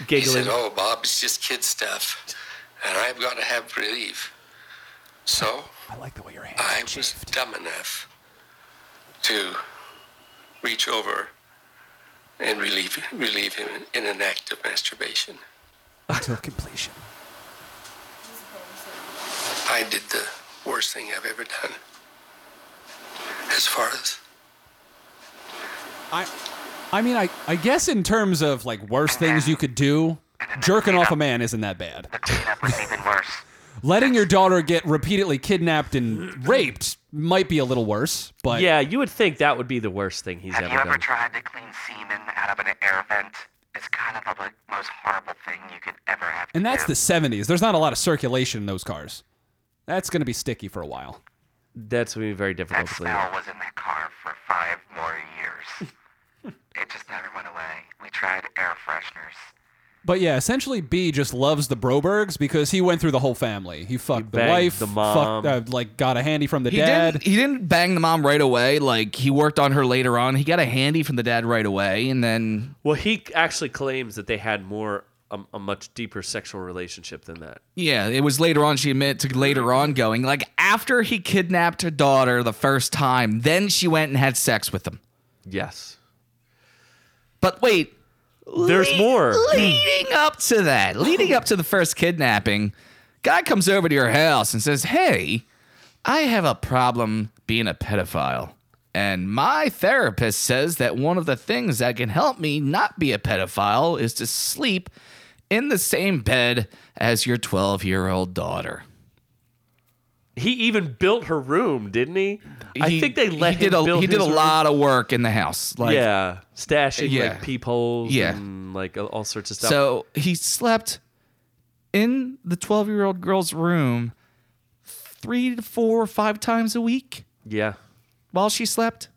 J: he
A: Giggling.
J: said, Oh, Bob, it's just kid stuff. And I've got to have relief. So
E: I like the way your hand.
J: I was dumb enough to reach over and relieve, relieve him in an act of masturbation.
E: Till completion.
J: I did the worst thing I've ever done. As far as
E: I, I mean, I, I guess in terms of like worst things you could do, jerking off a man isn't that bad.
I: Cleanup was even worse.
E: Letting your daughter get repeatedly kidnapped and raped might be a little worse, but
A: yeah, you would think that would be the worst thing he's
I: Have
A: ever
I: you ever
A: done.
I: tried to clean semen out of an air vent? It's kind of the like, most horrible thing you could ever have.
E: and
I: to
E: that's
I: do.
E: the 70s. There's not a lot of circulation in those cars. That's going to be sticky for a while.
A: That's going to be very difficult
I: That
A: to clean. up.
I: smell was in that car for five more years. it just never went away. We tried air fresheners.
E: But yeah, essentially, B just loves the Brobergs because he went through the whole family. He fucked the
A: banged
E: wife,
A: the mom.
E: fucked, uh, like got a handy from the
F: He
E: dad.
F: didn't. He didn't bang the mom right away. Like he worked on her later on. He got a handy from the dad right away, and then
A: Well, he actually claims that they had more a, a much deeper sexual relationship than that.
F: yeah, it was later on. She admitted to later on going like after he kidnapped her daughter the first time. Then she went and had sex with him.
A: Yes.
F: But wait,
A: There's more.
F: leading up to that, leading up to the first kidnapping, guy comes over to your house and says, Hey, I have a problem being a pedophile. And my therapist says that one of the things that can help me not be a pedophile is to sleep in the same bed as your 12 year old daughter.
A: He even built her room, didn't he? I
F: He-
A: think they let
F: he did
A: him
F: a,
A: build
F: He did
A: his
F: a
A: room.
F: lot of work in the house. Like,
A: yeah, stashing
F: Yeah.
A: like peepholes
F: Yeah.
A: and like all- all sorts of stuff.
F: So he slept in the 12 year old girl's room three to four or five times a week
A: yeah.
F: while she slept.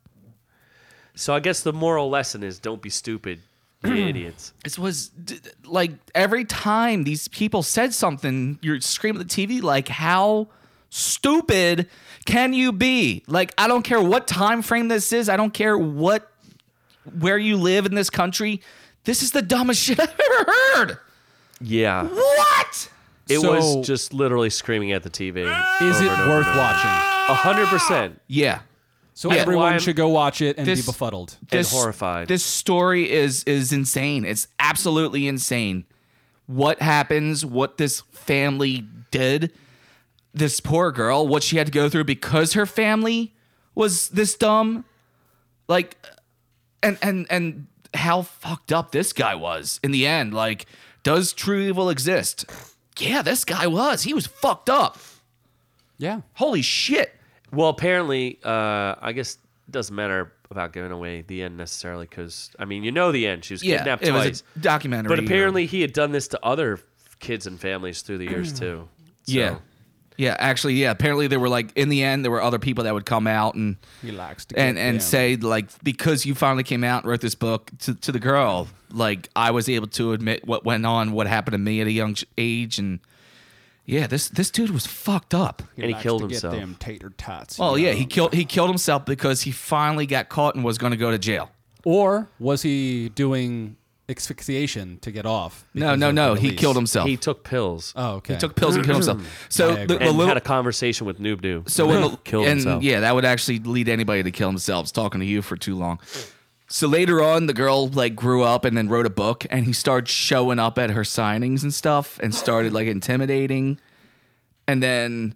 A: So I guess the moral lesson is don't be stupid, you idiots.
F: This was d- d- like every time these people said something, you're screaming at the TV, like, how stupid can you be? Like, I don't care what time frame this is, I don't care what where you live in this country. This is the dumbest shit I've ever heard.
A: Yeah,
F: What?
A: it
E: So-
A: was just literally screaming at the TV.
E: Is it worth watching?
A: A hundred percent.
F: Yeah.
E: So
F: Yeah.
E: everyone
A: Why-
E: should go watch it and
F: This-
E: be befuddled.
A: horrified.
F: This story is is insane. It's absolutely insane. What happens? What this family did? This poor girl, what she had to go through because her family was this dumb. Like, and and and how fucked up this guy was in the end. Like, does true evil exist? Yeah, this guy was. He was fucked up.
E: Yeah.
F: Holy shit.
A: Well, apparently, uh, I guess it doesn't matter about giving away the end necessarily because I mean you know the end. She was
F: Yeah,
A: kidnapped
F: it
A: twice.
F: was a documentary.
A: But
F: or-
A: apparently, he had done this to other kids and families through the years too. So-
F: Yeah. Yeah, actually, yeah. Apparently, there were like in the end, there were other people that would come out and
E: Relaxed.
F: and and say like because you finally came out and wrote this book to, to the girl, like I was able to admit what went on, what happened to me at a young sh- age, and yeah, this this dude was fucked up.
A: and he killed himself.
E: tater tots.
F: Well, yeah, he killed he killed himself because he finally got caught and was going to go to jail.
E: Or was he doing asphyxiation to get off?
F: No,
E: because
F: no,
E: of
F: no,
E: the
F: he
E: release?
F: killed himself.
A: He took pills
E: Oh, okay.
F: He took pills and killed himself.
E: I
F: So the, the
E: agree.
A: and
F: little
A: had a conversation with Noob Noob.
F: So when the,
A: killed
F: and
A: himself.
F: yeah, that would actually lead anybody to kill themselves talking to you for too long. So later on, the girl like grew up and then wrote a book, and he started showing up at her signings and stuff, and started like intimidating. And then,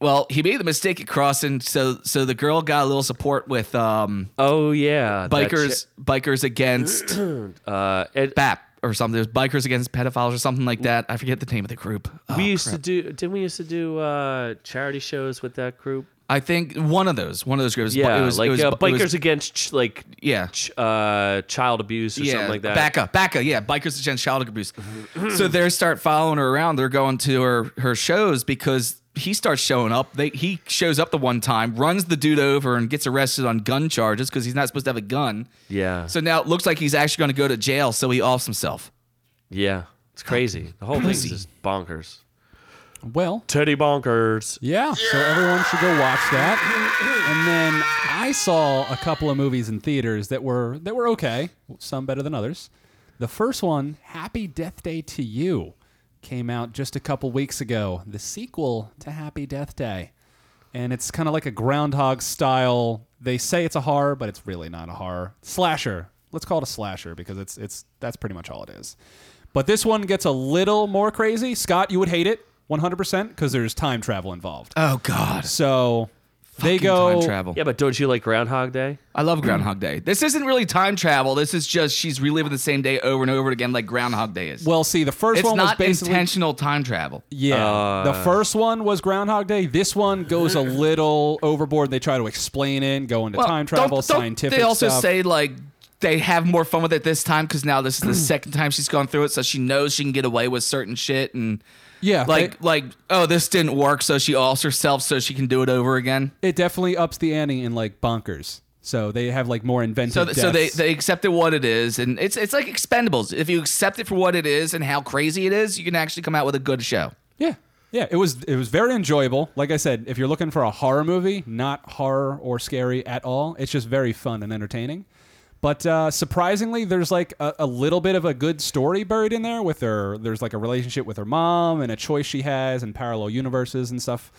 F: well, he made the mistake at crossing, so so the girl got a little support with um,
A: Oh yeah, that
F: bikers bikers against
A: shit. Uh, it,
F: BAP or something. There's bikers against pedophiles or something like that. I forget the name of the group. Oh,
A: we used to do. Didn't we used to do uh, charity shows with that group?
F: I think one of those, one of those groups.
A: Yeah,
F: it was,
A: like
F: it was,
A: uh,
F: it
A: bikers
F: was-
A: against ch- like
F: yeah.
A: ch- uh, child abuse or something like that.
F: Backa, Backa, yeah, Bikers Against Child Abuse.
E: Mm-hmm.
F: so they start following her around. They're going to her her shows because he starts showing up. They, he shows up the one time, runs the dude over, and gets arrested on gun charges because he's not supposed to have a gun.
A: Yeah,
F: So now it looks like he's actually going to go to jail. So he offs himself.
A: yeah, it's crazy. The whole thing's
F: Pussy.
A: just bonkers.
E: Well,
A: Teddy Bonkers.
E: Yeah, so everyone should go watch that. And then I saw a couple of movies in theaters that were that were okay, some better than others. The first one, Happy Death Day to You, came out just a couple weeks ago, the sequel to Happy Death Day. And it's kind of like a groundhog style. They say it's a horror, but it's really not a horror. Slasher. Let's call it a slasher because it's it's that's pretty much all it is. But this one gets a little more crazy. Scott, you would hate it 100% because there's time travel involved.
F: Oh, God.
E: So they go
F: time travel.
A: Yeah, but don't you like Groundhog Day?
F: I love Groundhog Day. This isn't really time travel. This is just she's reliving the same day over and over again, like Groundhog Day is.
E: Well, see, the first
F: it's
E: one was
F: not
E: basically
F: intentional Uh. time travel.
E: Yeah. the first one was Groundhog Day. This one goes a little overboard. They try to explain it, and go into
F: Well,
E: time travel,
F: don't- don't
E: scientific
F: They also
E: stuff.
F: say like they have more fun with it this time because now this is the second time she's gone through it, so she knows she can get away with certain shit and
E: yeah,
F: like like oh this didn't work, so she offs herself so she can do it over again.
E: they- it definitely ups the ante in like bonkers. So they have like more inventive.
F: So, th- so they,
E: deaths.
F: they accepted what it is, and it's it's like Expendables. If you accept it for what it is and how crazy it is, you can actually come out with a good show.
E: Yeah. Yeah, it was it was very enjoyable. Like I said, if you're looking for a horror movie, not horror or scary at all, it's just very fun and entertaining. But uh, surprisingly, there's like a, a little bit of a good story buried in there with her. There's like a relationship with her mom and a choice she has and parallel universes and stuff.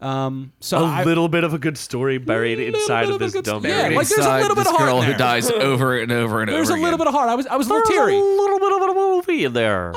E: Um, so
A: A
E: I-
A: little bit of a good story buried inside of this dumb
E: Yeah,
A: movie.
E: like there's a
F: Inside
E: little bit
F: this
E: of heart
F: girl
E: in
F: who
E: there.
F: dies over and over and
E: There's
F: over.
E: a little
F: again.
E: bit of heart. I was I was a little
A: There's
E: teary.
A: a little bit of a movie in there.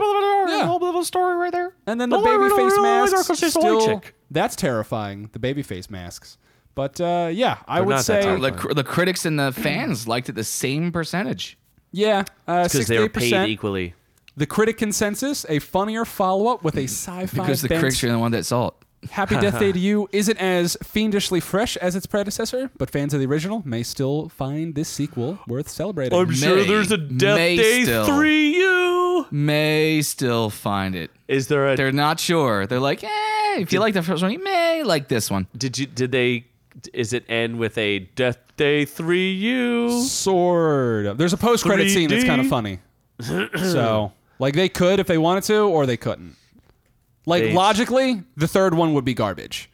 E: Yeah.
A: little bit of a story right there.
E: And then the
A: Don't worry,
E: baby
A: don't
E: face
A: worry, don't worry,
E: masks
A: 'cause she's a white
E: still,
A: chick.
E: that's terrifying. The baby face masks. But uh, yeah, I
A: They're
E: would
A: not that
E: say
A: terrifying.
F: The, cr- the critics and the fans liked it the same percentage.
E: yeah, uh,
A: Because they were paid
E: 68%.
A: equally.
E: The critic consensus: a funnier follow-up with a sci-fi
F: Mm, Because the
E: bent.
F: critics are the one that saw it.
E: Happy Death Day to You isn't as fiendishly fresh as its predecessor, but fans of the original may still find this sequel worth celebrating.
A: I'm sure
F: May-
A: there's a Death
F: May
A: Day
F: still.
A: 3 you.
F: May still find it.
A: Is there a
F: They're not sure. They're like, eh, if you like the first one, you may like this one.
A: Did you did they is it end with a Death Day 3 you?
E: sort of. There's a post-credit scene that's
A: 3D.
E: kind of funny. so, like, they could if they wanted to, or they couldn't. Like
A: They-
E: logically, the third one would be garbage.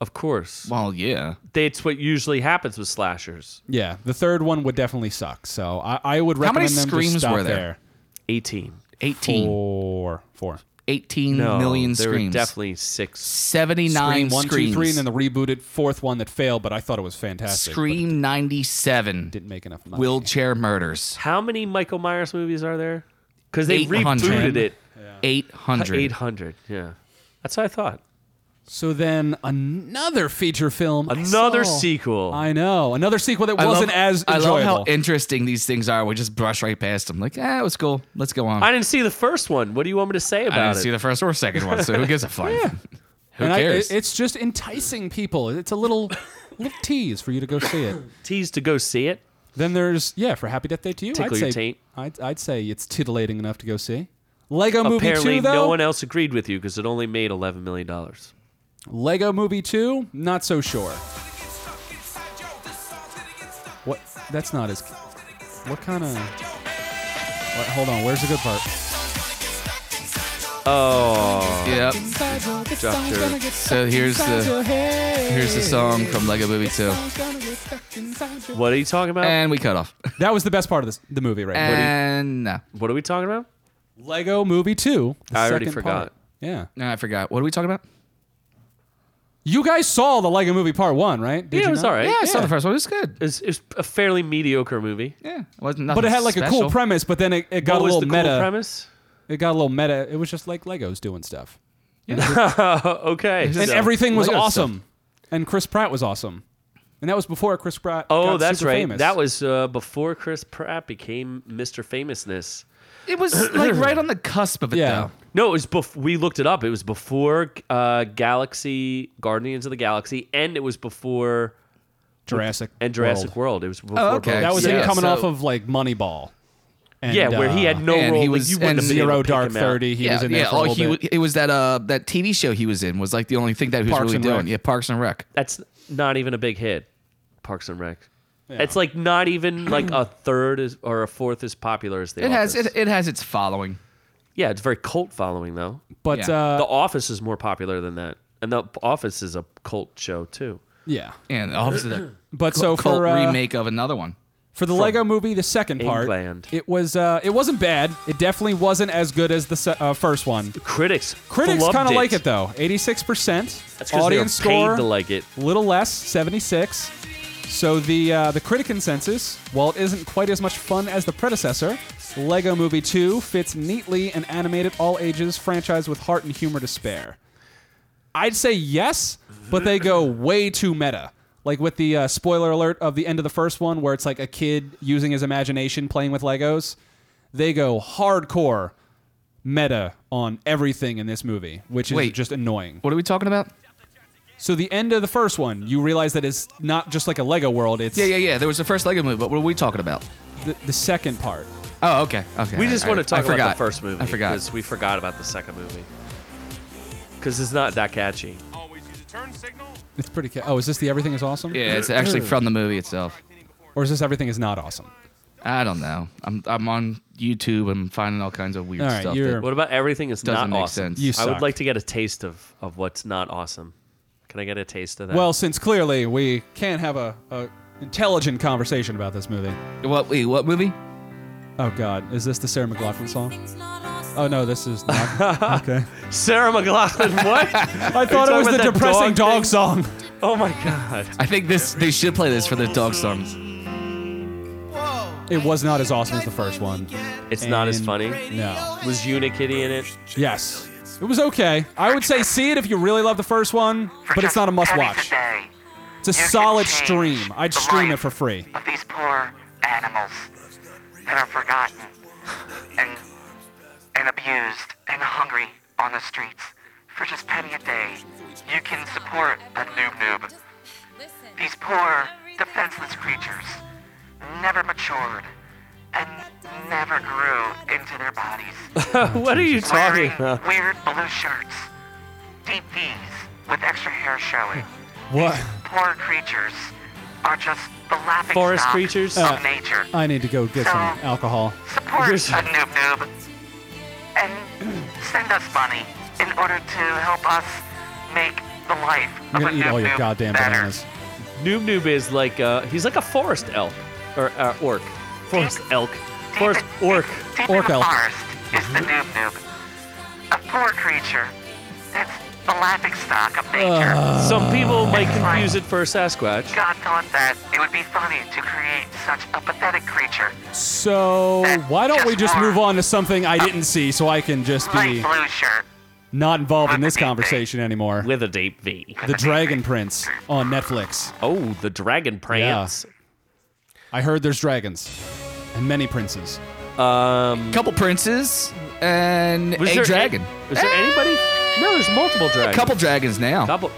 A: Of course.
F: Well, yeah.
A: That's what usually happens with slashers.
E: Yeah, the third one would definitely suck. So I, I would
F: How many
E: recommend them
F: screams
E: just stop
F: were there?
A: 18.
F: 18.
E: Four, four.
F: 18
A: No,
F: million
A: there
F: screams.
A: Were definitely 6.
F: 79
E: Scream one, two,
F: screams.
E: three, and then the rebooted fourth one that failed, but I thought it was fantastic. but
F: Scream 97.
E: didn't make enough money.
F: Wheelchair murders.
A: How many Michael Myers movies are there? Cuz they
F: 800.
A: rebooted it
F: 800.
A: 800. Yeah. That's what I thought.
E: so then another feature film, I
A: Another
E: saw.
A: sequel.
E: I know another sequel that
F: I love-
E: wasn't as
F: I
E: enjoyable.
F: love how interesting these things are. We just brush right past them. Like, eh, it was cool. Let's go on.
A: I didn't see the first one. What do you want me to say about
F: I didn't
A: it?
F: see the first or second one, so who gives a fuck? Who
E: and I,
F: cares?
E: it- it's just enticing people. It's a little, little tease for you to go see it.
A: Tease to go see it.
E: Then there's yeah for Happy Death Day to you.
A: Tickle
E: I'd
A: your
E: say
A: taint.
E: I'd, I'd say it's titillating enough to go see. Lego Movie
A: Apparently
E: two though.
A: no one else agreed with you cuz it only made 11 million dollars.
E: Lego Movie 2, not so sure. What? That's not as. What kind of. What, hold on, where's the good part?
A: Oh.
F: yep. So here's the here's the song from Lego Movie 2.
A: What are you talking about?
F: And we cut off.
E: That was the best part of this, the movie, right?
F: And no.
A: what are we talking about?
E: Lego Movie 2. the
A: I already
E: second
A: forgot.
E: part. Yeah.
F: No, I forgot. What are we talking about?
E: You guys saw the Lego Movie Part 1, right? Did
A: yeah,
E: you
A: it was
E: not?
A: all right.
F: Yeah, I saw the first one. It was good.
A: It's, it's a fairly mediocre movie.
F: Yeah, it wasn't nothing
E: But it had like a
F: special.
E: cool premise, but then it, it
A: what
E: got a
A: was
E: little
A: the
E: meta.
A: cool premise?
E: It got a little meta. It was just like Legos doing stuff.
A: okay.
E: and
A: so-
E: everything was
F: Lego stuff.
E: awesome. And Chris Pratt was awesome. And that was before Chris Pratt.
A: Oh,
E: got
A: that's
E: super
A: right.
E: Famous.
A: That was uh, before Chris Pratt became Mr. Famousness.
F: It was like right on the cusp of it
E: Yeah.
F: though.
A: No, it was bef- we looked it up. It was before uh, Galaxy Guardians of the Galaxy, and it was before
E: Jurassic
A: and Jurassic World. It was before
F: Oh, okay.
A: both.
E: That was
A: yeah.
E: him
F: Yeah,
E: coming
F: so-
E: off of like Moneyball. And,
A: yeah, where he
E: uh,
A: had no
F: and
A: role.
F: he
A: like,
F: was-
A: you wouldn't
F: and
A: have been able
E: zero
A: to pick
E: dark
A: him out.
E: thirty. He
F: yeah,
E: was in there
F: yeah.
E: for a
F: oh,
E: little
F: he
E: bit.
F: wa- it was that uh that TV show he was in was like the only thing that he was
E: Parks
F: really
E: and
F: doing.
E: Rec.
F: Yeah, Parks and Rec.
A: That's not even a big hit. Parks and Rec. It's like not even like a third as, or a fourth as popular as the
F: It has
A: Office.
F: it, it has its following.
A: Yeah, it's very cult following though.
E: But, Yeah. uh,
A: The Office is more popular than that, and The Office is a cult show too.
E: Yeah.
F: And obviously, the
E: But
F: cult-
E: so
F: cult
E: for, uh,
F: remake of another one.
E: For the
F: From
E: Lego Movie, the second part,
A: England.
E: it was uh, it wasn't bad. It definitely wasn't as good as the se- uh, first one.
A: Critics,
E: critics
A: loved
E: kind of
A: it.
E: like it though. Eighty six percent.
A: That's 'cause they
E: Audience
A: were paid
E: score
A: to like it.
E: Little less, seventy six. So the uh, the critic consensus, while it isn't quite as much fun as the predecessor, Lego Movie Two fits neatly an animated all ages franchise with heart and humor to spare. I'd say yes, but they go way too meta. Like with the uh, spoiler alert of the end of the first one, where it's like a kid using his imagination playing with Legos. They go hardcore meta on everything in this movie, which is
F: Wait.
E: just annoying.
F: What are we talking about?
E: So the end of the first one, you realize that it's not just like a Lego world. It's
F: Yeah, yeah, yeah. There was the first Lego movie, but what are we talking about?
E: The, the second part.
F: Oh, okay, okay.
A: We just
F: I-
A: want
F: I
A: to talk about
F: forgot.
A: the first movie.
F: I forgot.
A: because we forgot about the second movie because it's not that catchy.
E: It's pretty. Ca- oh, is this the everything is awesome?
F: Yeah, it's actually from the movie itself.
E: Or is this everything is not awesome?
F: I don't know. I'm I'm on YouTube. I'm finding all kinds of weird
E: All right,
F: stuff.
E: you're-
F: that-
A: What about everything is
F: Doesn't
A: not
F: make
A: awesome?
F: sense. You
A: I would
F: suck.
A: like to get a taste of of what's not awesome. Can I get a taste of that?
E: Well, since clearly we can't have a, a intelligent conversation about this movie.
F: What? Wait, what movie?
E: Oh God, is this the Sarah McLaughlin song? Oh no, this is not. okay.
A: Sarah McLaughlin, what?
E: I thought it was the depressing dog, song.
A: Oh my god.
F: I think this they should play this for the dog songs.
E: It was not as awesome as the first one.
A: It's not as
E: And-
A: funny.
E: No.
A: Was Unikitty in it?
E: Yes. It was okay. I would say see it if you really love the first one, but it's not a must watch. It's a solid stream. I'd stream it for free.
I: Of these poor animals that are forgotten and and abused and hungry on the streets for just penny a day, you can support a noob noob. These poor, defenseless creatures never matured and never grew into their bodies.
A: what are you talking
I: Wearing
A: about?
I: weird blue shirts, deep V's with extra hair showing.
E: What?
I: Poor creatures are just the laughing
A: Forest
I: stock
A: creatures?
I: of
E: Uh,
I: nature.
E: I need to go get some alcohol.
I: Support
A: Here's-
I: a noob noob and send us money in order to help us make the life
E: I'm
I: of a
E: gonna eat
I: noob
E: all your
I: noob
E: goddamn
I: better.
E: bananas.
A: Noob Noob is like uh, he's like a forest elk or uh, orc. Forest elk. Forest orc.
I: Deep in
E: Orc
I: the
E: elk.
I: forest is the noob noob, a poor creature that's the laughing stock of nature.
A: Some people might confuse it for a Sasquatch.
I: God thought that it would be funny to create such a pathetic creature.
E: So why don't we just move on to something I didn't see so I can just
I: Light
E: be
I: blue shirt.
E: not involved in this conversation anymore?
A: With a deep V.
E: The Dragon Prince on Netflix.
A: Oh, the dragon prance.
E: I heard there's dragons and many princes.
A: Um,
F: Couple princes and
A: was
F: a
A: there
F: dragon. Eh,
A: was there anybody? No, there's multiple dragons.
F: couple dragons now.
A: Couple.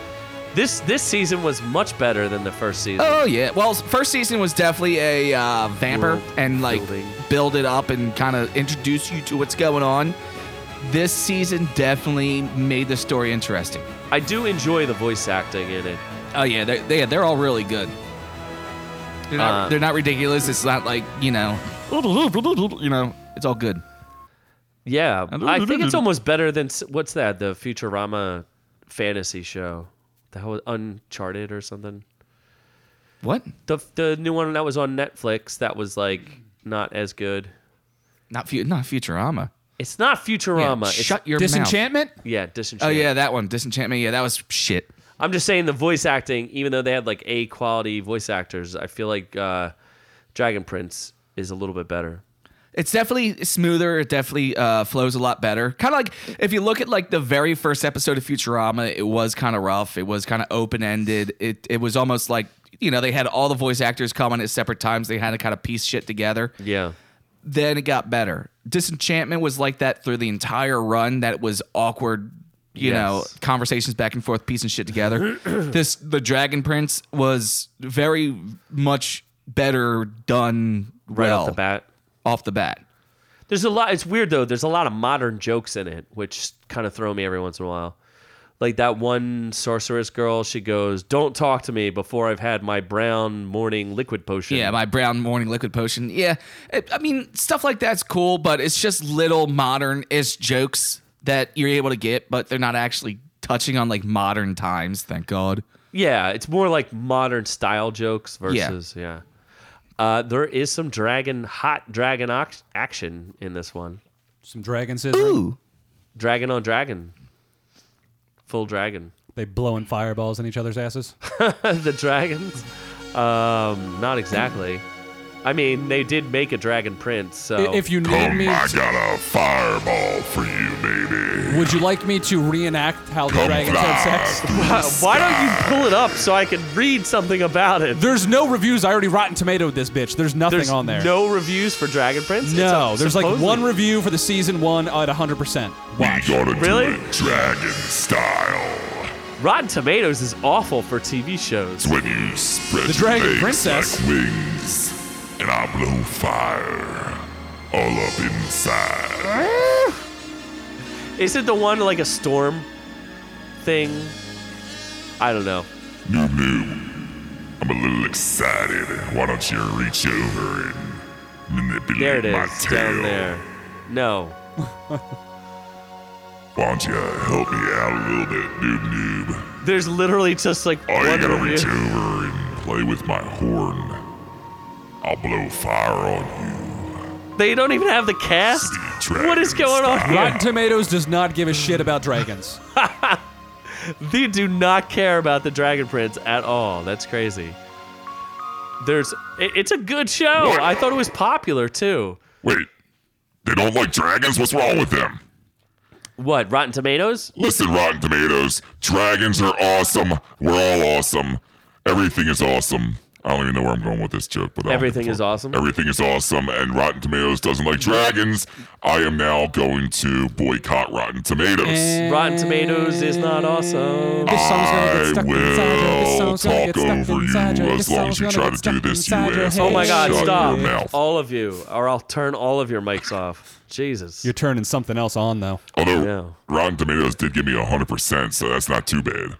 A: This this season was much better than the first season.
F: Oh yeah. Well, s- first season was definitely a uh, vamper
A: World
F: and like
A: building.
F: build it up and kind of introduce you to what's going on. This season definitely made the story interesting.
A: I do enjoy the voice acting in it.
F: Oh yeah, they're, they they're all really good. They're not,
A: Uh,
F: they're not ridiculous. It's not like you know, you know, it's all good.
A: Yeah, I think it's almost better than s- what's that? The Futurama fantasy show, the hell Uncharted or something.
F: What?
A: The the new one that was on Netflix that was like not as good.
F: Not fu- not Futurama.
A: It's not Futurama.
F: Yeah,
A: it's,
F: shut your mouth.
E: Disenchantment?
A: Yeah,
F: Oh
A: Disenchanted.
F: yeah, that one. Disenchantment. Yeah, that was shit.
A: I'm just saying the voice acting, even though they had like A quality voice actors, I feel like uh, Dragon Prince is a little bit better.
F: It's definitely smoother. It definitely uh, flows a lot better. Kind of like if you look at like the very first episode of Futurama, it was kind of rough. It was kind of open ended. It it was almost like you know they had all the voice actors come on at separate times. They had to kind of piece shit together.
A: Yeah.
F: Then it got better. Disenchantment was like that through the entire run. That it was awkward. You know,
A: Yes.
F: conversations back and forth, piecing shit together. this the Dragon Prince was very much better done
A: Right
F: well
A: off the bat.
F: Off the bat.
A: There's a lot. It's weird though. There's a lot of modern jokes in it, which kind of throw me every once in a while. like that one sorceress girl, she goes, "Don't talk to me before I've had my brown morning liquid potion."
F: Yeah, my brown morning liquid potion. Yeah, It- I mean stuff like that's cool, but it's just little modern-ish jokes that you're able to get, but they're not actually touching on like modern times. Thank God.
A: Yeah, it's more like modern style jokes versus yeah. Uh, there is some dragon hot dragon ox- action in this one.
E: Some dragon scissors. Ooh.
A: Dragon on dragon. Full dragon.
E: They blowing fireballs in each other's asses.
A: the dragons? Um, not exactly. I mean, they did make a dragon prince, so
E: If you need me,
K: got a fireball for you, baby.
E: would you like me to reenact how the dragons have
A: Why-
E: sex?
A: why don't you pull it up so I can read something about it?
E: There's no reviews. I already Rotten Tomatoed this bitch. There's nothing
A: There's
E: on there.
A: no reviews for Dragon Prince. It's
E: No,
A: a-
E: there's like
A: supposedly-
E: one review for the season one at 100. percent Watch.
A: Really?
K: Dragon style.
A: Rotten Tomatoes is awful for TV shows.
K: When you spread
E: The Dragon
K: your legs
E: Princess.
K: like wings, and I blow fire all up inside.
A: Is it the one like a storm thing? I don't know.
K: Noob noob, I'm a little excited. Why don't you reach over and manipulate
A: There it
K: my
A: is,
K: tail?
A: down there. No.
K: Why don't you help me out a little bit, noob noob?
A: There's literally just like
K: Oh, you
A: one
K: gotta reach
A: review.
K: over and play with my horn. I'll blow fire on you.
A: They don't even have the cast.
K: Dragon
A: What is going on
E: Rotten
A: here?
E: Tomatoes does not give a shit about dragons.
A: They do not care about the Dragon Prince at all. That's crazy. There's. it- It's a good show. I thought it was popular too.
K: Wait, they don't like dragons? What's wrong with them?
A: What? Rotten Tomatoes?
K: Listen, Rotten Tomatoes, dragons are awesome. We're all awesome. Everything is awesome. I don't even know where I'm going with this joke, but I don't
A: Everything
K: give a
A: is
K: fuck.
A: awesome?
K: Everything is awesome, and Rotten Tomatoes doesn't like dragons. I am now going to boycott Rotten Tomatoes.
A: Rotten Tomatoes is not awesome.
K: Ah,
E: This song's gonna get
K: I
E: stuck
K: will
E: inside you. This song's gonna get stuck
K: talk over
E: inside
K: you
E: you.
K: as
E: This
K: long
E: song's
K: as you
E: gonna
K: try
E: get
K: to
E: stuck
K: do this, you
E: inside your
K: asshole.
A: Oh my God!
K: Shut
A: Stop,
K: your mouth.
A: all of you, or I'll turn all of your mics off. Jesus.
E: You're turning something else on though.
K: Although
A: Yeah.
K: Rotten Tomatoes did give me 100%, so that's not too bad.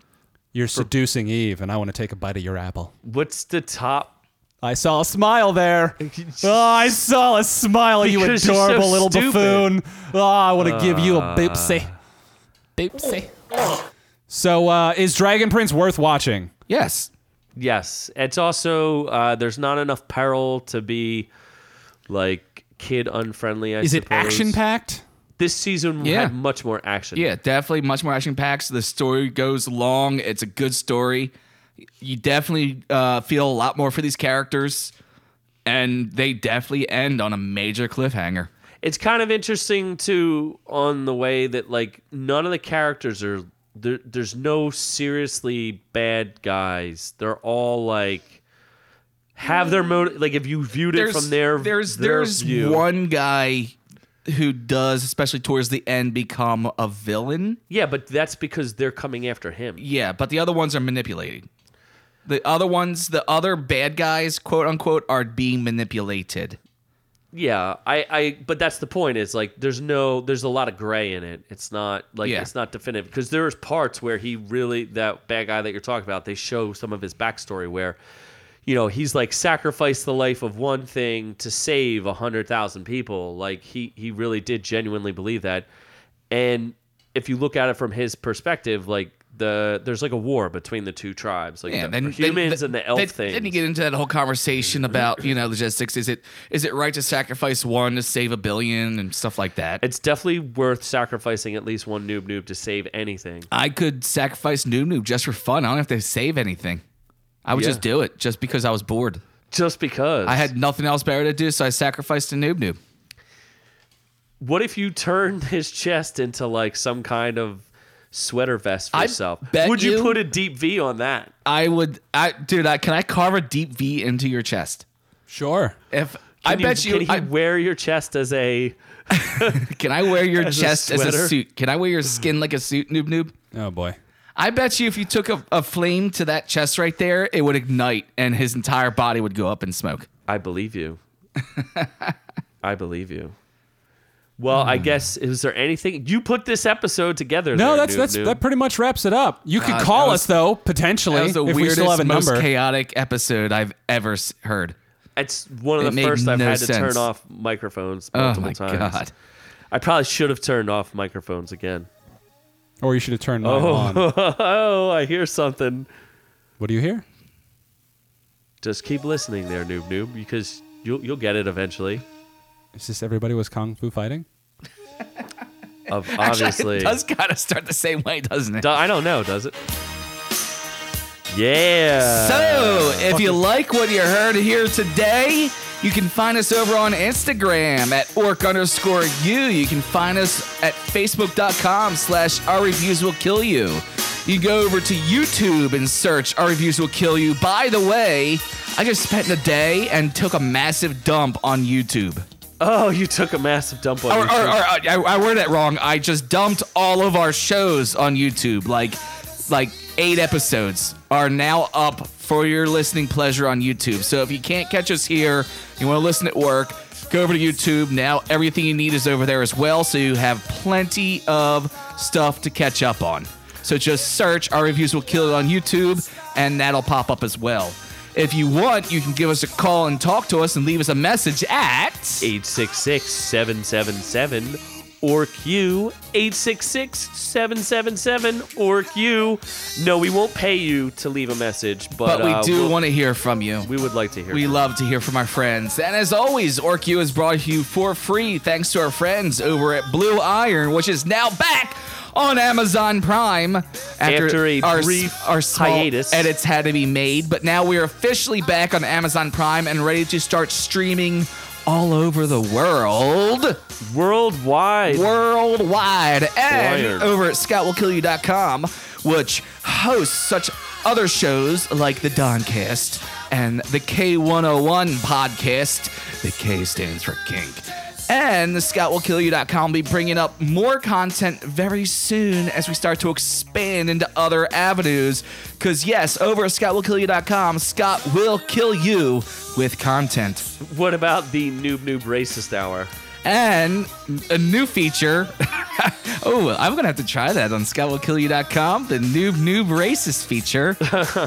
E: You're seducing Eve, and I want to take a bite of your apple.
A: What's the top?
E: I saw a smile there. Oh, I saw a smile, you
A: Because you're so
E: adorable little
A: stupid.
E: buffoon. Oh, I want to give you a boopsie. Boopsie. So, uh, is Dragon Prince worth watching?
F: Yes.
A: Yes, it's also uh, there's not enough peril to be like kid unfriendly. I
E: Is it
A: suppose.
E: action packed?
A: This season
F: Yeah.
A: had much more action.
F: Yeah, definitely much more action packs. The story goes long. It's a good story. You definitely uh, feel a lot more for these characters, and they definitely end on a major cliffhanger.
A: it's kind of interesting too on the way that like none of the characters are there, there's no seriously bad guys they're all like have their motive like if you viewed it from their
F: there's
A: their
F: there's
A: view.
F: one guy who does, especially towards the end, become a villain.
A: yeah but that's because they're coming after him
F: Yeah, but the other ones are manipulating. The other ones, the other bad guys, quote unquote, are being manipulated.
A: yeah i i but that's the point is like there's no there's a lot of gray in it it's not like
F: Yeah.
A: it's not definitive because there's parts where he really that bad guy that you're talking about they show some of his backstory where you know he's like sacrificed the life of one thing to save a hundred thousand people like he he really did genuinely believe that and if you look at it from his perspective like the there's like a war between the two tribes like the humans and the elf Mm-hmm.
F: then,
A: thing
F: Then you get into that whole conversation about you know logistics. Is it is it right to sacrifice one to save a billion and stuff like that?
A: it's definitely worth sacrificing at least one noob noob to save anything
F: I could sacrifice Noob Noob just for fun. I don't have to save anything. I would
A: Yeah.
F: just do it just because I was bored.
A: just because
F: I had nothing else better to do, so I sacrificed a Noob Noob.
A: What if you turned his chest into like some kind of sweater vest for
F: I
A: yourself?
F: bet
A: Would you,
F: you-
A: put a deep V on that?
F: I would, I dude, I, can I carve a deep V into your chest?
E: Sure.
F: If I
A: Can
F: bet you,
A: can he
F: I,
A: wear your chest as a
F: can I wear your
A: as a
F: chest as
A: sweater?
F: a suit? Can I wear your skin like a suit, Noob Noob?
E: Oh boy.
F: I bet you if you took a, a flame to that chest right there, it would ignite and his entire body would go up in smoke.
A: I believe you. I believe you. Well,
F: Hmm.
A: I guess is there anything you put this episode together?
E: No,
A: there,
E: that's
A: Noob
E: that's
A: Noob.
E: that pretty much wraps it up. You could
A: Gosh,
E: call
A: that
E: us though potentially
F: That was the
E: if
F: weirdest,
E: we still have a
F: most
E: number.
F: chaotic episode I've ever s- heard.
A: It's one
F: It
A: of the
F: made
A: first I've
F: no
A: had to
F: sense.
A: turn off microphones
F: Oh
A: multiple
F: my
A: times.
F: God.
A: I probably should have turned off microphones again.
E: Or you should have turned mine on.
A: Oh, oh, I hear something.
E: What do you hear?
A: Just keep listening there, noob noob, because you'll you'll get it eventually.
E: Is this everybody was kung fu fighting?
A: Of
F: Actually,
A: obviously,
F: it does kind of start the same way, doesn't it?
A: Do- I don't know. Does it? Yeah.
F: So, if you like what you heard here today, you can find us over on Instagram at orc underscore you. You can find us at facebook.com slash our reviews will kill you. You can go over to YouTube and search our reviews will kill you. By the way, I just spent the day and took a massive dump on YouTube.
A: Oh, you took a massive dump on.
F: Or, or, or,
A: YouTube.
F: I, I worded that wrong. I just dumped all of our shows on YouTube. Like, like eight episodes are now up for your listening pleasure on YouTube. So if you can't catch us here, you want to listen at work, go over to YouTube. Now everything you need is over there as well. So you have plenty of stuff to catch up on. So just search our reviews will kill it on YouTube, and that'll pop up as well. If you want, you can give us a call and talk to us and leave us a message at
A: 866 777 or Q 866 777 or Q. No, we won't pay you to leave a message, but,
F: But, we
A: uh,
F: do
A: we'll-
F: want to hear from you.
A: We would like to hear.
F: We
A: from
F: love to hear from our friends. And as always, OrcU is brought to you for free thanks to our friends over at Blue Iron, which is now back on Amazon Prime
A: After a
F: our,
A: brief
F: our small
A: hiatus.
F: edits had to be made. But now we are officially back on Amazon Prime and ready to start streaming all over the world.
A: Worldwide.
F: Worldwide. And
A: Wired.
F: over at scoutwillkillyou.com, which hosts such other shows like the Doncast and the K101 podcast. The K stands for kink. And the scoutwillkillyou.com will be bringing up more content very soon as we start to expand into other avenues. Because, yes, over at scoutwillkillyou.com, Scott will kill you with content.
A: What about the Noob Noob Racist Hour?
F: And a new feature. oh, I'm going to have to try that on scoutwillkillyou.com. The noob noob racist feature,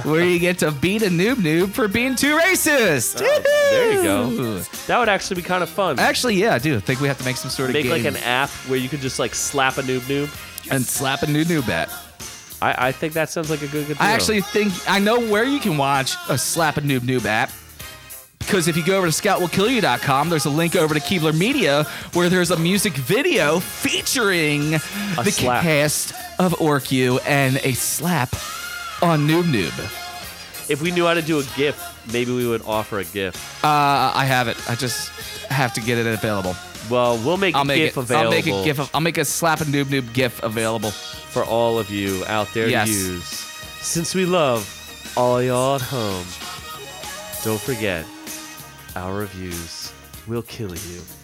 F: where you get to beat a noob noob for being too racist.
A: Oh, There you go.
F: Woo-hoo.
A: That would actually be kind of fun.
F: Actually, yeah, I do think we have to make some sort of
A: Make like
F: game
A: an app where you could just like slap a noob noob.
F: and slap a noob noob at.
A: I, I think that sounds like a good, good deal.
F: I actually think I know where you can watch a slap a noob noob app. Because if you go over to scoutwillkillyou.com, there's a link over to Keebler Media where there's a music video featuring the
A: slap.
F: cast of Orcu and a slap on Noob Noob.
A: if we knew how to do a GIF, maybe we would offer a GIF.
F: Uh, I have it. I just have to get it available.
A: Well, we'll make
F: I'll
A: a
F: make
A: GIF
F: it.
A: available
F: I'll make a GIF. I'll make a slap a Noob Noob GIF available.
A: for all of you out there
F: Yes.
A: to use. Since we love all y'all at home, don't forget our reviews will kill you.